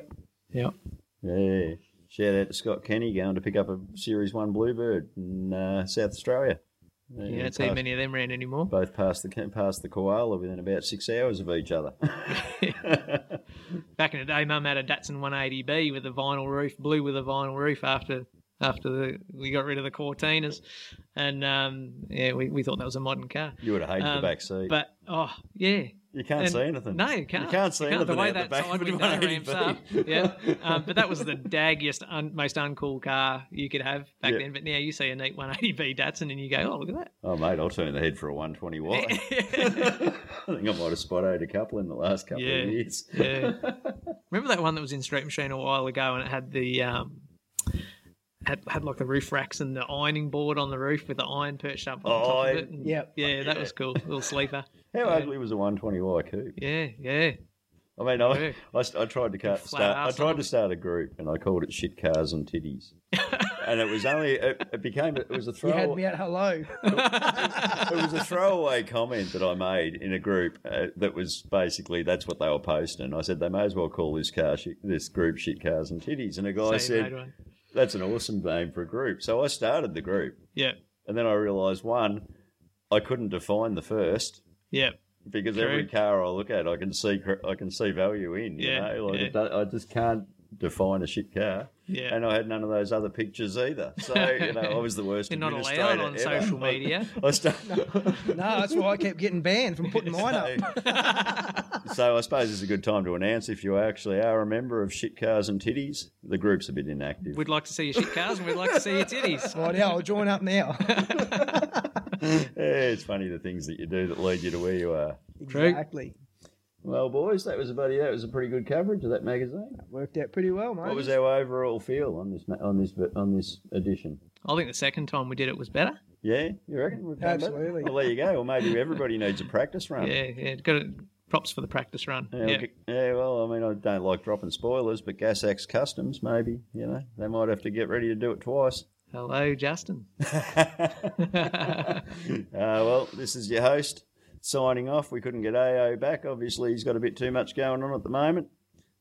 Speaker 4: Yep.
Speaker 1: Yeah. Shout out to Scott Kenny going to pick up a Series 1 Bluebird in uh, South Australia.
Speaker 3: You don't see
Speaker 1: passed,
Speaker 3: many of them around anymore.
Speaker 1: both passed the, passed the koala within about six hours of each other.
Speaker 3: Back in the day, Mum had a Datsun 180B with a vinyl roof, blue with a vinyl roof. After after the, we got rid of the Cortinas, and um, yeah, we, we thought that was a modern car.
Speaker 1: you would have hated
Speaker 3: Um,
Speaker 1: the back seat.
Speaker 3: But oh yeah,
Speaker 1: you can't
Speaker 3: and-
Speaker 1: see anything.
Speaker 3: No, you can't.
Speaker 1: You can't see anything.
Speaker 3: The way
Speaker 1: out
Speaker 3: that
Speaker 1: back
Speaker 3: side
Speaker 1: of
Speaker 3: window
Speaker 1: a 180B.
Speaker 3: ramps up. Yeah. Um, but that was the daggiest, un- most uncool car you could have back
Speaker 1: Yeah.
Speaker 3: then. But now you see a neat 180B Datsun and you go, oh, look at that.
Speaker 1: Oh, mate, I'll turn the head for a 120 wide. I think I might have spotted a couple in the last couple
Speaker 3: Yeah.
Speaker 1: of years.
Speaker 3: Yeah. Remember that one that was in Street Machine a while ago and it had the. Um, had, had like the roof racks and the ironing board on the roof with the iron perched up on
Speaker 1: Oh,
Speaker 3: top of it. And
Speaker 4: Yep.
Speaker 3: Yeah, that was cool. Little sleeper.
Speaker 1: How ugly was a 120Y coupe?
Speaker 3: Yeah, yeah.
Speaker 1: I mean,
Speaker 3: Yeah.
Speaker 1: I, I, st- I tried to cut,
Speaker 3: flat
Speaker 1: start, I
Speaker 3: arse
Speaker 1: tried
Speaker 3: on
Speaker 1: to start a group, and I called it "Shit Cars and Titties," and it was only it, it became it was a
Speaker 4: You had
Speaker 1: throwaway
Speaker 4: me at hello.
Speaker 1: it was a throwaway comment that I made in a group uh, that was basically that's what they were posting. I said they may as well call this car shit, this group "Shit Cars and Titties," and a guy
Speaker 3: So you
Speaker 1: said
Speaker 3: made one.
Speaker 1: that's an awesome name for a group. So I started the group,
Speaker 3: Yep,
Speaker 1: and then I realised one, I couldn't define the first
Speaker 3: yep.
Speaker 1: because
Speaker 3: True.
Speaker 1: every car I look at, I can see cr- I can see value in. You
Speaker 3: Yeah,
Speaker 1: know, like
Speaker 3: yeah.
Speaker 1: it do- I just can't define a shit car,
Speaker 3: Yeah.
Speaker 1: and I had none of those other pictures either. So you know, I was the worst.
Speaker 3: You're not allowed
Speaker 1: administrator
Speaker 3: on
Speaker 1: ever.
Speaker 3: social media.
Speaker 1: I sta-
Speaker 4: No, that's why I kept getting banned from putting mine up.
Speaker 1: so I suppose it's a good time to announce if you actually are a member of Shit Cars and Titties. The group's a bit inactive.
Speaker 3: We'd like to see your shit cars and we'd like to see your titties.
Speaker 4: Right, yeah, I'll join up now.
Speaker 1: Yeah, it's funny the things that you do that lead you to where you are.
Speaker 3: True.
Speaker 4: Exactly.
Speaker 1: Well, boys, that was a buddy. That was a pretty good coverage of that magazine.
Speaker 4: Worked out pretty well, mate.
Speaker 1: What was our overall feel on this ma- on this on this edition?
Speaker 3: I think the second time we did it was better.
Speaker 1: Yeah, you reckon? We've done better?
Speaker 4: Absolutely.
Speaker 1: Well, there you go. Well, maybe everybody needs a practice run.
Speaker 3: Yeah, yeah. Got it. props for the practice run.
Speaker 1: Yeah,
Speaker 3: Yeah.
Speaker 1: okay. yeah, well, I mean, I don't like dropping spoilers, but Gasax Customs, maybe, you know, they might have to get ready to do it twice.
Speaker 3: Hello, Justin.
Speaker 1: uh, well, this is your host signing off. We couldn't get AO back. Obviously, he's got a bit too much going on at the moment.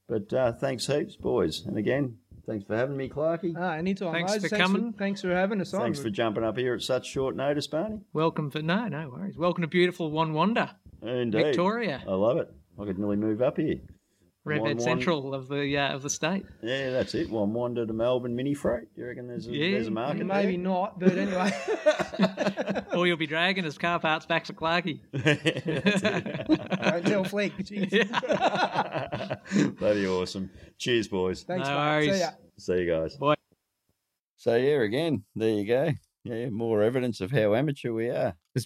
Speaker 1: But uh, thanks heaps, boys. And again, thanks for having me, Clarky.
Speaker 4: Ah, anytime,
Speaker 3: Thanks
Speaker 4: Moses.
Speaker 3: for coming.
Speaker 4: thanks for having us on.
Speaker 1: Thanks for jumping up here at such short notice, Barney.
Speaker 3: Welcome for no, no worries. Welcome to beautiful One Wonder,
Speaker 1: Indeed.
Speaker 3: Victoria.
Speaker 1: I love it. I could nearly move up here. One-
Speaker 3: redhead
Speaker 1: one-
Speaker 3: central of the uh, of the state.
Speaker 1: Yeah, that's it. One wander to Melbourne mini freight. Do you reckon there's a,
Speaker 3: Yeah,
Speaker 1: there's a market
Speaker 4: Maybe not, but anyway.
Speaker 3: Or you'll be dragging his car parts back to Clarkie.
Speaker 1: there? That's it.
Speaker 4: Don't tell Fleek. Jeez.
Speaker 6: Bloody awesome. Cheers, boys.
Speaker 4: Thanks,
Speaker 3: No
Speaker 4: mate. See
Speaker 3: worries.
Speaker 4: ya.
Speaker 6: See you guys.
Speaker 1: so yeah, again, there you go. Yeah, more evidence of how amateur we are.
Speaker 2: It's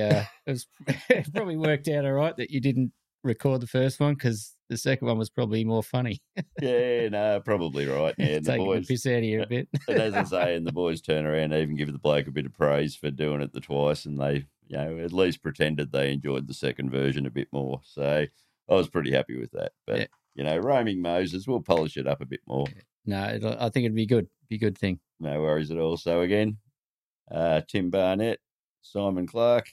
Speaker 2: uh, it was it probably worked out all right that you didn't record the first one because the second one was probably more funny.
Speaker 1: Yeah, no, probably right. Yeah, the
Speaker 2: Taking
Speaker 1: boys.
Speaker 2: the piss out of you a bit.
Speaker 1: And as I say, and the boys turn around, they even give the bloke a bit of praise for doing it the twice, and they, you know, at least pretended they enjoyed the second version a bit more. So I was pretty happy with that. But
Speaker 2: Yeah.
Speaker 1: you know, roaming Moses, we'll polish it up a bit more.
Speaker 2: No, it'll, I think it'd be good. Be a good thing.
Speaker 1: No worries at all. So again, uh, Tim Barnett, Simon Clark,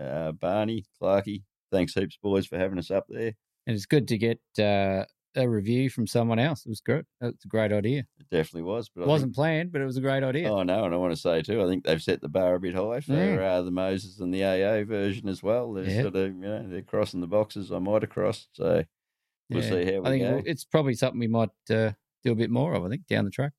Speaker 1: uh, Barney, Clarkey. Thanks heaps, boys, for having us up there.
Speaker 2: And it's good to get uh, a review from someone else. It was great. It's a great idea.
Speaker 1: It definitely was, but I
Speaker 2: It
Speaker 1: think-
Speaker 2: wasn't planned, but it was a great idea.
Speaker 1: Oh no, and I want to say too, I think they've set the bar a bit high for
Speaker 2: Yeah.
Speaker 1: uh, the Moses and the AA version as well. They're
Speaker 2: Yeah.
Speaker 1: sort of, you know, they're crossing the boxes I might have crossed. So we'll
Speaker 2: Yeah.
Speaker 1: see how we
Speaker 2: I think
Speaker 1: go.
Speaker 2: it'll- it's probably something we might uh, do a bit more of. I think down the track.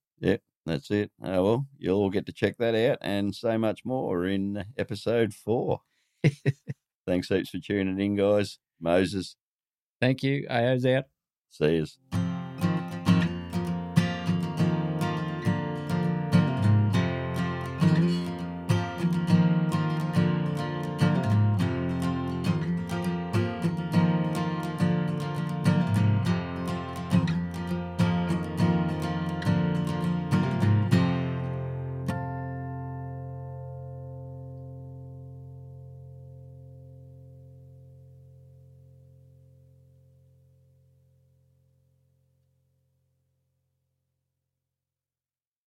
Speaker 1: That's it. Oh well, you'll all get to check that out and so much more in episode four. Thanks heaps for tuning in, guys. Moses,
Speaker 2: Thank you. AO's out.
Speaker 1: see us.